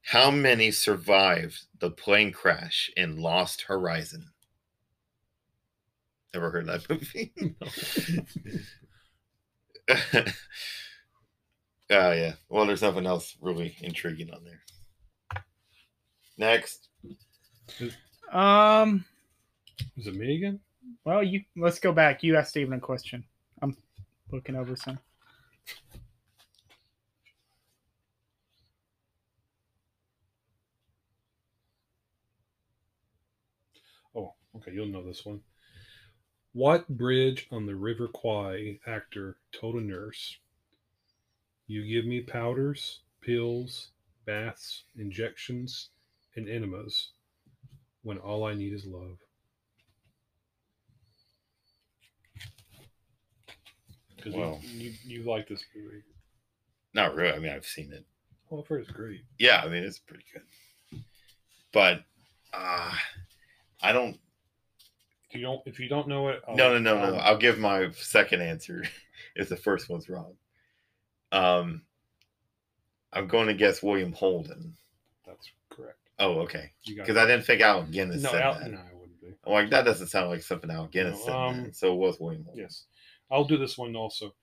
Speaker 2: How many survived the plane crash in Lost Horizon? Never heard that (laughs) movie. Oh Uh, yeah. Well, there's nothing else really intriguing on there. Next.
Speaker 4: Um.
Speaker 3: Is it me again?
Speaker 4: Well, you let's go back. You asked Steven a question. I'm looking over some.
Speaker 3: Oh, okay, you'll know this one. What bridge on the River Kwai actor told a nurse, "You give me powders, pills, baths, injections, and enemas, when all I need is love." Because
Speaker 2: Wow.
Speaker 3: you, you, you like this movie.
Speaker 2: Not really. I mean, I've seen it.
Speaker 3: Oh, first great.
Speaker 2: Yeah, I mean, it's pretty good. But uh, I don't.
Speaker 3: If you don't, if you don't know it, I'll-
Speaker 2: No, no, no, no.
Speaker 3: I'll-
Speaker 2: I'll give my second answer (laughs) if the first one's wrong. Um, I'm going to guess William Holden.
Speaker 3: That's correct.
Speaker 2: Oh, okay.
Speaker 3: You got
Speaker 2: Because I didn't think Al Guinness
Speaker 3: No,
Speaker 2: said
Speaker 3: Al,
Speaker 2: that.
Speaker 3: no, I wouldn't be.
Speaker 2: I'm like, that doesn't sound like something Al Guinness
Speaker 3: No,
Speaker 2: said.
Speaker 3: um,
Speaker 2: man. so it was William Holden.
Speaker 3: Yes. I'll do this one also.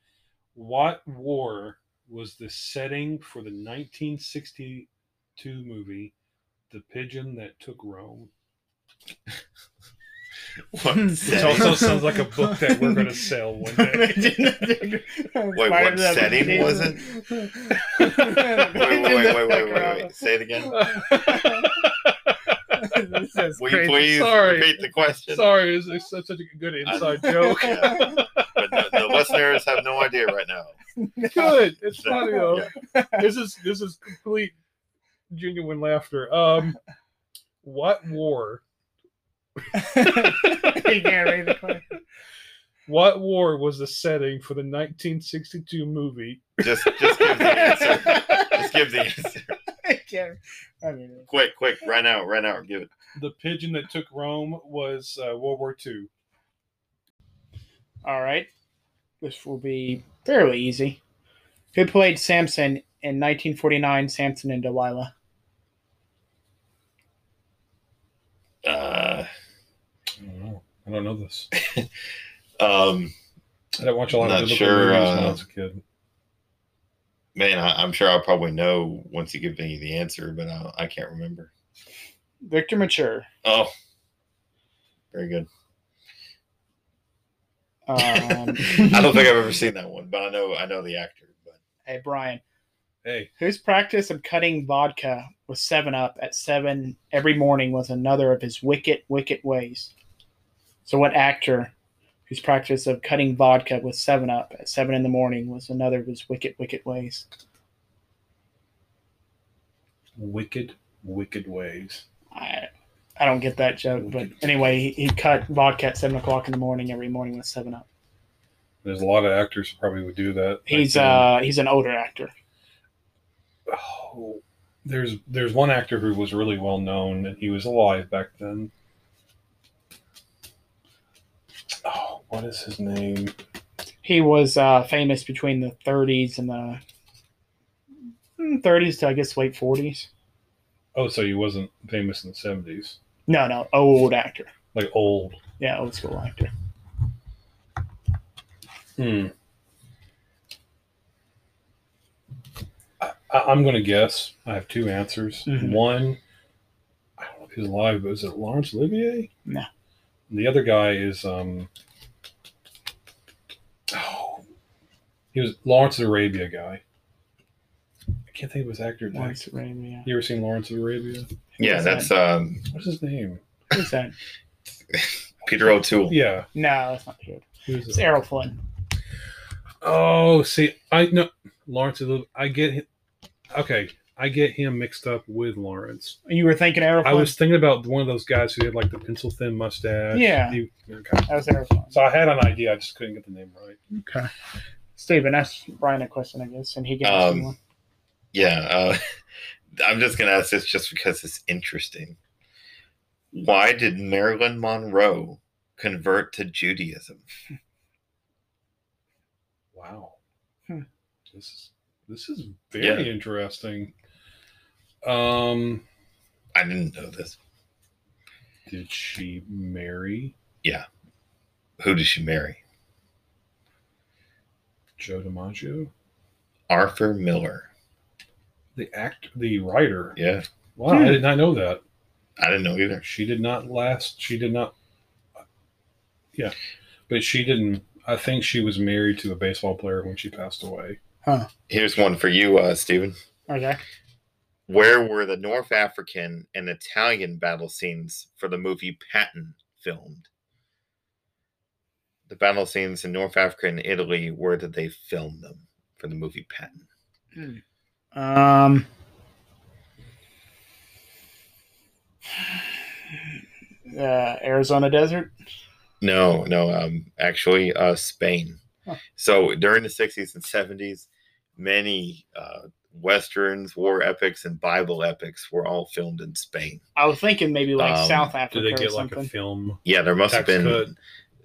Speaker 3: What war was the setting for the 1962 movie The Pigeon That Took Rome?
Speaker 2: (laughs) What
Speaker 4: It's
Speaker 3: Which
Speaker 2: setting? (laughs)
Speaker 3: also sounds like a book that we're going to sell one day.
Speaker 2: Wait, what setting was
Speaker 4: (laughs)
Speaker 2: it? (laughs) wait, wait, wait, wait, wait, wait,
Speaker 3: (laughs)
Speaker 2: wait. Say it again.
Speaker 4: this is
Speaker 2: Will you
Speaker 4: crazy.
Speaker 2: please (laughs)
Speaker 3: Sorry.
Speaker 2: repeat the
Speaker 3: (laughs)
Speaker 2: question?
Speaker 3: Sorry, it's, it's such a good inside
Speaker 2: (laughs)
Speaker 3: joke.
Speaker 2: But the, the listeners have no idea right now.
Speaker 3: Good. It's funny though.
Speaker 2: Yeah.
Speaker 3: this is this is complete genuine laughter. Um, what war?
Speaker 4: (laughs) You can't read the question.
Speaker 3: What war was the setting for the 1962 movie?
Speaker 2: Just, just
Speaker 3: (laughs)
Speaker 2: give the answer. Just give the answer.
Speaker 4: (laughs) I can't- I mean,
Speaker 2: Quick, quick, right now, right now, give it.
Speaker 3: The pigeon that took Rome was uh, World War II.
Speaker 4: all right. This will be fairly easy. Who played Samson in 1949? Samson and Delilah.
Speaker 3: I don't know this.
Speaker 2: Um,
Speaker 3: I didn't watch a lot
Speaker 2: Not
Speaker 3: of biblical
Speaker 2: sure,
Speaker 3: movies when I
Speaker 2: uh,
Speaker 3: was a kid.
Speaker 2: man, I, I'm sure I'll probably know once you give me the answer, but I, I can't remember.
Speaker 4: Victor Mature.
Speaker 2: Oh, very good. (laughs)
Speaker 4: Um,
Speaker 2: I don't think I've ever seen that one, but I know I know the actor. But
Speaker 4: hey, Brian.
Speaker 3: Hey,
Speaker 4: Whose practice of cutting vodka with 7 Up at 7 every morning was another of his wicked, wicked ways? So, what actor whose practice of cutting vodka with 7 Up at 7 in the morning was another of his wicked, wicked ways?
Speaker 3: wicked, wicked ways.
Speaker 4: I, I don't get that joke, but anyway, he, he cut vodka at 7 o'clock in the morning every morning with 7 Up.
Speaker 3: There's a lot of actors who probably would do that.
Speaker 4: He's,
Speaker 3: Like,
Speaker 4: uh, he's an older actor.
Speaker 3: oh, there's there's one actor who was really well known and he was alive back then. Oh, what is his name?
Speaker 4: He was uh, famous between the 30s and the mm, 30s to, I guess, late 40s.
Speaker 3: Oh, so he wasn't famous in the seventies,
Speaker 4: No, no, old actor.
Speaker 3: like old.
Speaker 4: Yeah, old school actor.
Speaker 3: Hmm. I, I- I'm going to guess. I have two answers.
Speaker 4: Mhm.
Speaker 3: One, I don't know if he's alive, but is it Lawrence Olivier?
Speaker 4: No.
Speaker 3: The other guy is um. Oh, he was Lawrence of Arabia guy. I can't think of his actor name.
Speaker 4: Lawrence Arabia.
Speaker 3: You ever seen Lawrence of Arabia?
Speaker 2: yeah,
Speaker 4: Who's
Speaker 2: that's um,
Speaker 3: What's his name?
Speaker 4: Who's that?
Speaker 2: Peter O'Toole.
Speaker 3: Yeah.
Speaker 4: No, that's not good.
Speaker 3: he was-
Speaker 4: It's Errol Flynn.
Speaker 3: Oh, see, I know Lawrence. is a- I get him. Okay, I get him mixed up with Lawrence.
Speaker 4: You were thinking Errol
Speaker 3: I
Speaker 4: Flynn?
Speaker 3: was thinking about one of those guys who had like the pencil thin mustache.
Speaker 4: Yeah.
Speaker 3: He- okay.
Speaker 4: That was Errol Flynn.
Speaker 3: So I had an idea. I just couldn't get the name right.
Speaker 4: Okay. Steven, ask Brian a question, I guess, and he can ask you
Speaker 2: Um,
Speaker 4: one.
Speaker 2: Yeah, uh, (laughs) I'm just gonna ask this just because it's interesting. Why did Marilyn Monroe convert to Judaism?
Speaker 3: Wow.
Speaker 4: Hmm.
Speaker 3: This is this is very interesting. Um,
Speaker 2: I didn't know this.
Speaker 3: did she marry
Speaker 2: Who did she marry?
Speaker 3: Joe DiMaggio?
Speaker 2: Arthur Miller.
Speaker 3: The act, the writer.
Speaker 2: Yeah,
Speaker 3: Wow, I
Speaker 4: Hmm.
Speaker 3: did not know that.
Speaker 2: I didn't know either.
Speaker 3: She did not last. She did not. Yeah, but she didn't. I think she was married to a baseball player when she passed away.
Speaker 2: Here's one for you, uh, Stephen.
Speaker 4: Okay.
Speaker 2: Where were the North African and Italian battle scenes for the movie Patton filmed? The battle scenes in North Africa and Italy, where did they film them for the movie Patton?
Speaker 4: Um, (sighs) uh, Arizona desert.
Speaker 2: No, no, um, actually, uh, Spain.
Speaker 4: Huh.
Speaker 2: So during the 60s and 70s, many uh, westerns, war epics, and Bible epics were all filmed in Spain.
Speaker 4: I was thinking maybe like
Speaker 2: Um,
Speaker 4: South
Speaker 3: Do
Speaker 4: Africa
Speaker 3: they
Speaker 4: or
Speaker 3: get like
Speaker 4: something.
Speaker 3: a film?
Speaker 2: Yeah, there must have
Speaker 3: Tax
Speaker 2: been.
Speaker 3: cut.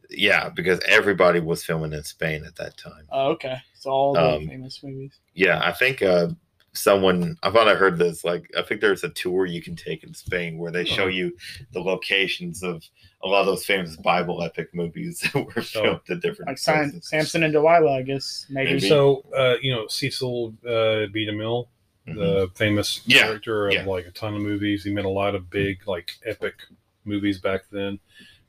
Speaker 2: Yeah, because everybody was filming in Spain at that time.
Speaker 4: oh, okay. So all the
Speaker 2: Um,
Speaker 4: famous movies.
Speaker 2: Yeah, I think uh, someone, I thought I heard this. Like, I think there's a tour you can take in Spain where they
Speaker 3: Oh.
Speaker 2: show you the locations of a lot of those famous Bible epic movies (laughs) that
Speaker 3: Oh.
Speaker 2: were filmed at different
Speaker 4: Like Sam-
Speaker 2: places.
Speaker 4: Samson and Delilah, I guess. Maybe.
Speaker 2: Maybe.
Speaker 3: So uh, you know Cecil uh, B. DeMille,
Speaker 2: Mm-hmm.
Speaker 3: the famous
Speaker 2: Yeah,
Speaker 3: director of
Speaker 2: yeah.
Speaker 3: like a ton of movies. He made a lot of big like epic movies back then.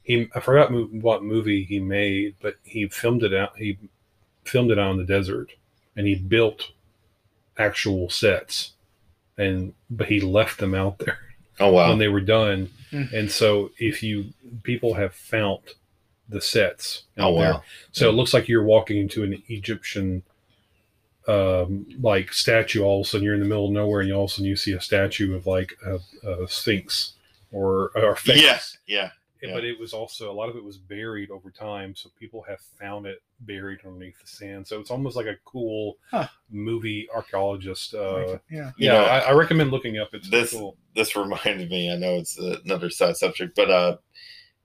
Speaker 3: He I forgot mo- what movie he made, but he filmed it out. He filmed it out in the desert, and he built actual sets, and but he left them out there
Speaker 2: Oh, wow. Hmm.
Speaker 3: when they were done.
Speaker 4: Mm.
Speaker 3: And so if you people have found the sets out
Speaker 2: oh,
Speaker 3: there,
Speaker 2: wow.
Speaker 3: so it looks like you're walking into an Egyptian um, like statue. All of a sudden, you're in the middle of nowhere, and you all of a sudden you see a statue of like a, a sphinx or or a face.
Speaker 2: Yes, yeah.
Speaker 3: Yeah, But it was also a lot of it was buried over time, so people have found it buried underneath the sand. So it's almost like a cool
Speaker 4: Huh.
Speaker 3: movie archaeologist. Uh,
Speaker 4: yeah.
Speaker 2: You
Speaker 3: yeah,
Speaker 2: know,
Speaker 3: I, I recommend looking up. It's pretty
Speaker 2: this-
Speaker 3: cool.
Speaker 2: this reminded me. I know it's another side subject, but uh,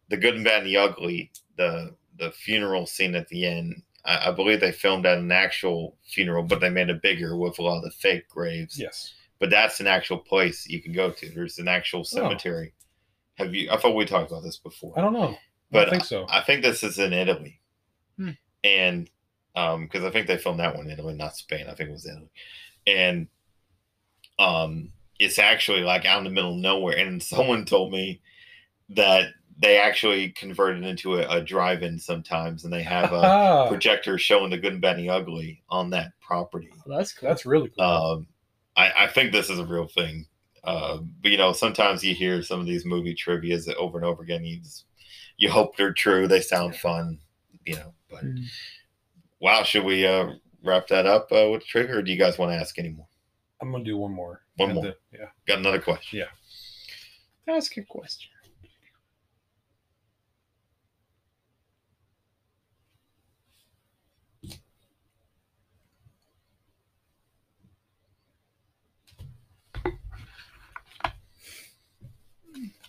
Speaker 2: the good and bad and the ugly, the the funeral scene at the end. I, I believe they filmed at an actual funeral, but they made it bigger with a lot of the fake graves.
Speaker 3: Yes.
Speaker 2: But that's an actual place you can go to. There's an actual cemetery. Have you? I thought we talked about this before.
Speaker 3: I don't know. I
Speaker 2: But uh,
Speaker 3: don't think so.
Speaker 2: I think this is in Italy,
Speaker 4: Hmm.
Speaker 2: and um, because I think they filmed that one in Italy, not Spain. I think it was Italy, and um, it's actually like out in the middle of nowhere. And someone (laughs) told me that they actually converted into a, a drive-in sometimes, and they
Speaker 3: (laughs)
Speaker 2: have a
Speaker 3: Ah,
Speaker 2: projector showing the good and bad and the ugly on that property.
Speaker 4: that's cool.
Speaker 3: that's really cool.
Speaker 2: Um, I, I think this is a real thing. Uh, but you know, sometimes you hear some of these movie trivia's over and over again. You just, you hope they're true. They sound fun, you know. But
Speaker 4: Mm.
Speaker 2: wow, should we uh, wrap that up uh, with trivia, or do you guys want to ask any more?
Speaker 3: I'm gonna do one more.
Speaker 2: One
Speaker 3: And
Speaker 2: more.
Speaker 3: then- yeah.
Speaker 2: Got another question?
Speaker 4: Ask a question.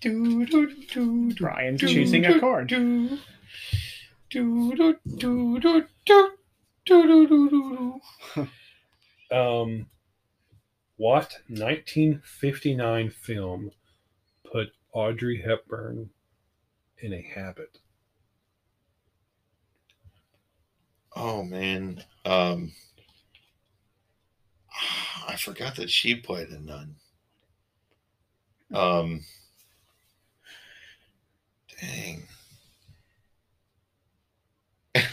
Speaker 4: Do, do, do, do. Ryan's choosing a card. Do, do, do, do, do, do, do, do, do, do.
Speaker 3: Um, what 1959 film put Audrey Hepburn in a habit?
Speaker 2: Oh man, um, I forgot that she played a nun. Um, dang. (laughs)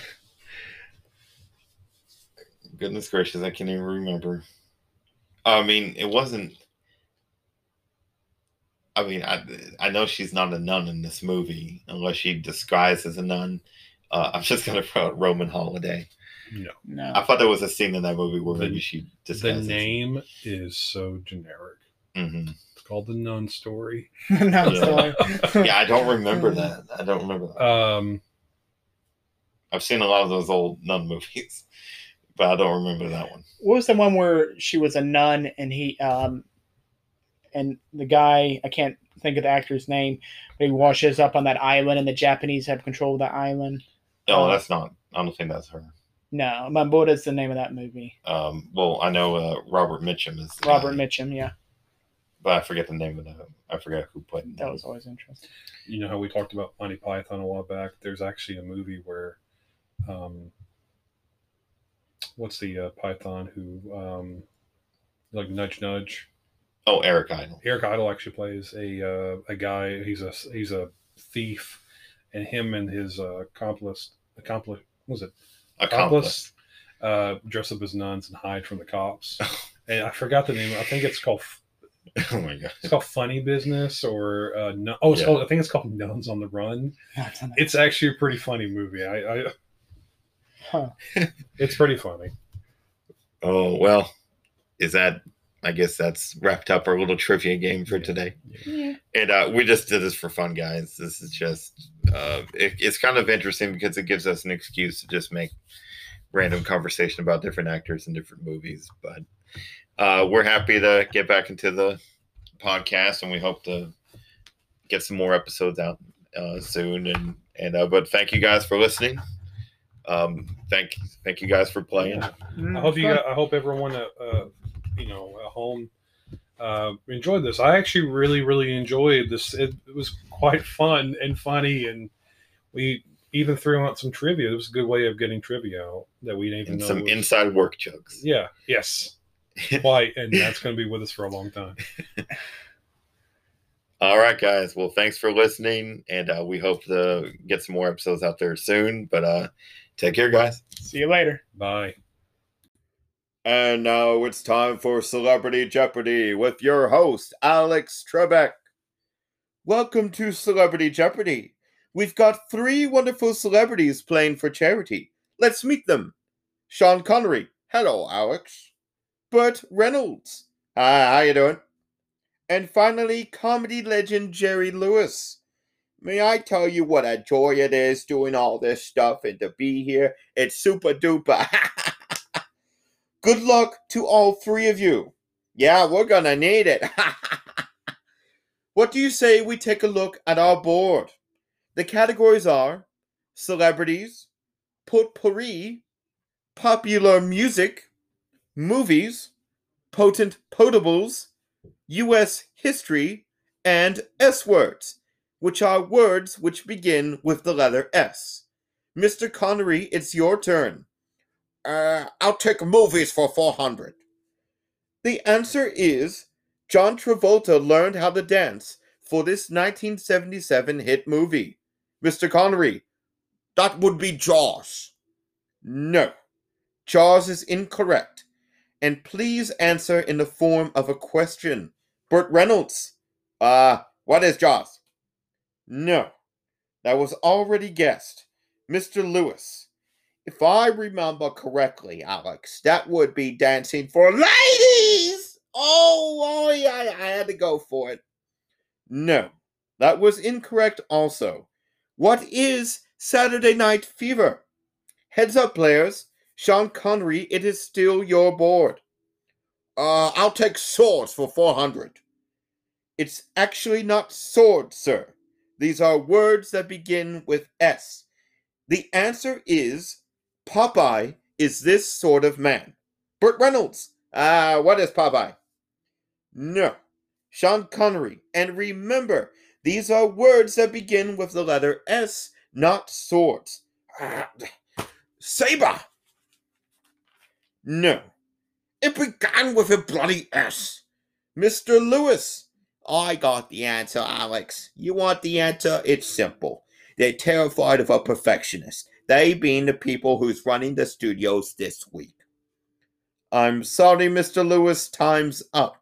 Speaker 2: Goodness gracious, I can't even remember. I mean, it wasn't. I mean, I I know she's not a nun in this movie unless she disguised as a nun. Uh, (laughs) I'm just gonna throw out Roman Holiday.
Speaker 4: No. (laughs)
Speaker 2: I thought there was a scene in that movie where
Speaker 3: The-
Speaker 2: maybe she
Speaker 3: The
Speaker 2: disguises.
Speaker 3: name is so generic.
Speaker 2: Mhm.
Speaker 3: It's called The Nun Story.
Speaker 4: no,
Speaker 2: Yeah.
Speaker 4: sorry.
Speaker 2: Yeah, I don't
Speaker 4: Hmm.
Speaker 2: remember that. I don't remember that.
Speaker 3: Um,
Speaker 2: I've seen a lot of those old nun movies, (laughs) but I don't remember that one.
Speaker 4: what was the one where she was a nun and he um and the guy i can't think of the actor's name but he washes up on that island and the japanese have control of the island
Speaker 2: No,
Speaker 4: Uh,
Speaker 2: that's not. I don't think that's her.
Speaker 4: no mamboda's the name of that movie
Speaker 2: Um, well, I know uh, Robert Mitchum is the
Speaker 4: robert
Speaker 2: guy,
Speaker 4: mitchum yeah
Speaker 2: but I forget the name of the. I forget who played
Speaker 4: that was always interesting
Speaker 3: you know how we talked about Monty Python a while back. There's actually a movie where, um, what's the uh, Python who, um, like nudge nudge.
Speaker 2: Oh, Eric Idle.
Speaker 3: Eric Idle actually plays a uh, a guy. He's a he's a thief, and him and his uh, accomplice accomplice what was it
Speaker 2: Accomplice.
Speaker 3: uh, dress up as nuns and hide from the cops. and I forgot the name. I think it's called
Speaker 2: (laughs) oh my god.
Speaker 3: it's called Funny Business or uh, no, oh, it's
Speaker 2: Yeah.
Speaker 3: called, I think it's called Nuns on the Run. It's actually a pretty funny movie. I, I
Speaker 4: Huh.
Speaker 3: (laughs) it's pretty funny.
Speaker 2: Oh well, is that? I guess that's wrapped up our little trivia game for
Speaker 3: Yeah.
Speaker 2: today.
Speaker 4: yeah.
Speaker 2: and uh, we just did this for fun, guys. This is just uh, it, it's kind of interesting because it gives us an excuse to just make random conversation about different actors and different movies. But uh, we're happy to get back into the podcast, and we hope to get some more episodes out uh, soon. And and uh, but thank you guys for listening. Um, thank thank you guys for playing.
Speaker 3: I hope you. I hope everyone, uh, uh, you know, at home, uh, enjoyed this. I actually really, really enjoyed this. It, it was quite fun and funny, and we even threw out some trivia. It was a good way of getting trivia out that we didn't even
Speaker 2: And
Speaker 3: know.
Speaker 2: some
Speaker 3: was-
Speaker 2: inside work jokes.
Speaker 3: yeah.
Speaker 2: (laughs)
Speaker 3: Yes. Why? And that's going to be with us for a long time.
Speaker 2: All right, guys. Well, thanks for listening, and uh, we hope to get some more episodes out there soon. But uh, take care, guys.
Speaker 4: see you later
Speaker 3: Bye.
Speaker 1: And now it's time for Celebrity Jeopardy with your host, Alex Trebek. Welcome to Celebrity Jeopardy. We've got three wonderful celebrities playing for charity. Let's meet them Sean Connery. Hello, Alex. Burt Reynolds. Hi, how you doing? And finally, comedy legend Jerry Lewis. May I tell you what a joy it is doing all this stuff and to be here? It's super duper. (laughs) Good luck to all three of you. Yeah, we're gonna need it. (laughs) what do you say we take a look at our board? The categories are celebrities, potpourri, popular music, movies, potent potables, U.S. history, and S words. which are words which begin with the letter S. Mr. Connery, it's your turn. Uh, I'll take movies for 400. The answer is John Travolta learned how to dance for this 1977 hit movie. Mr. Connery, that would be Jaws. No, Jaws is incorrect. And please answer in the form of a question. Burt Reynolds, uh, what is Jaws? No, that was already guessed. Mr. Lewis, if I remember correctly, Alex, that would be dancing for ladies. Oh, oh yeah, I had to go for it. No, that was incorrect also. What is Saturday Night Fever? Heads up, players. Sean Connery, it is still your board. Uh, I'll take swords for 400. It's actually not swords, sir. These are words that begin with S. The answer is Popeye is this sort of man. Burt Reynolds. Ah, what is Popeye? No. Sean Connery. And remember, these are words that begin with the letter S, not swords. (sighs) Ah, Saber. No. It began with a bloody S. Mr. Lewis. I got the answer, Alex. You want the answer? It's simple. They're terrified of a perfectionist. They being the people who's running the studios this week. I'm sorry, Mr. Lewis, time's up.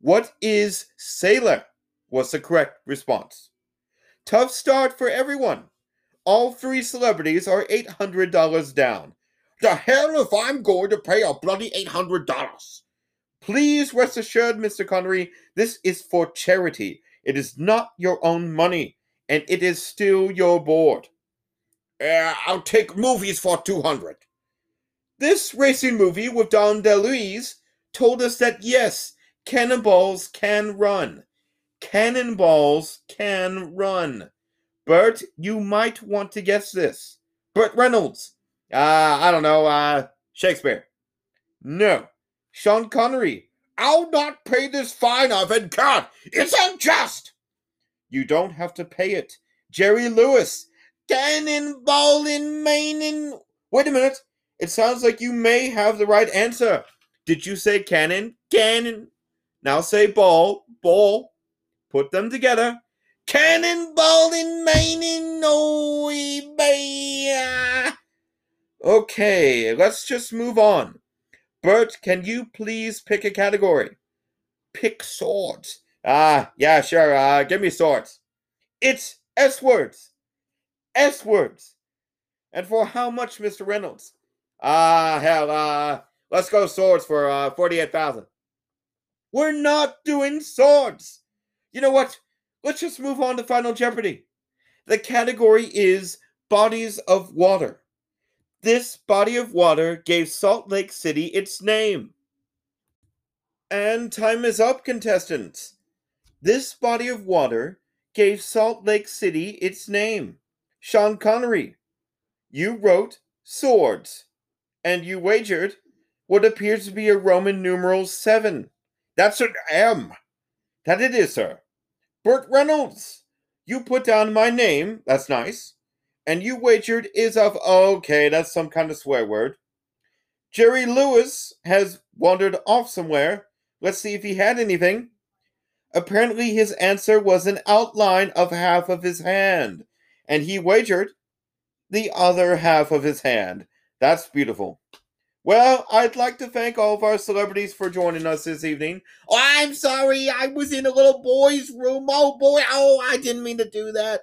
Speaker 1: What is sailor? was the correct response. Tough start for everyone. All three celebrities are $800 down. The hell if I'm going to pay a bloody $800. Please rest assured, Mr. Connery, this is for charity. It is not your own money, and it is still your board. Uh, I'll take movies for 200. This racing movie with Don DeLuise told us that yes, cannonballs can run. Cannonballs can run. Bert, you might want to guess this. Burt Reynolds. Uh, I don't know, uh, Shakespeare. No. Sean Connery. I'll not pay this fine I've incurred. It's unjust. You don't have to pay it. Jerry Lewis. Cannonball in Maine. in- Wait a minute. It sounds like you may have the right answer. Did you say cannon? Cannon. Now say ball. Ball. Put them together. Cannonball in Maine. in Noe Bay. Ah. Okay, let's just move on. Bert, can you please pick a category? Pick swords. Ah, yeah, sure. Uh, give me swords. It's S words. S words. And for how much, Mr. Reynolds? Ah, hell, uh, let's go swords for uh, 48,000. We're not doing swords. You know what? Let's just move on to Final Jeopardy. The category is bodies of water. This body of water gave Salt Lake City its name. And time is up, contestants. This body of water gave Salt Lake City its name. Sean Connery, you wrote swords, and you wagered what appears to be a Roman numeral 7. That's an M. That it is, sir. Burt Reynolds, you put down my name. That's nice. And you wagered is of, okay, that's some kind of swear word. Jerry Lewis has wandered off somewhere. Let's see if he had anything. Apparently, his answer was an outline of half of his hand, and he wagered the other half of his hand. That's beautiful. Well, I'd like to thank all of our celebrities for joining us this evening. Oh, I'm sorry, I was in a little boy's room. Oh boy, oh, I didn't mean to do that.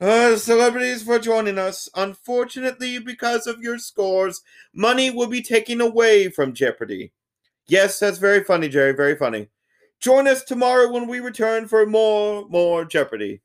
Speaker 1: Uh, celebrities for joining us. Unfortunately, because of your scores, money will be taken away from Jeopardy. Yes, that's very funny, Jerry. Very funny. Join us tomorrow when we return for more, more Jeopardy.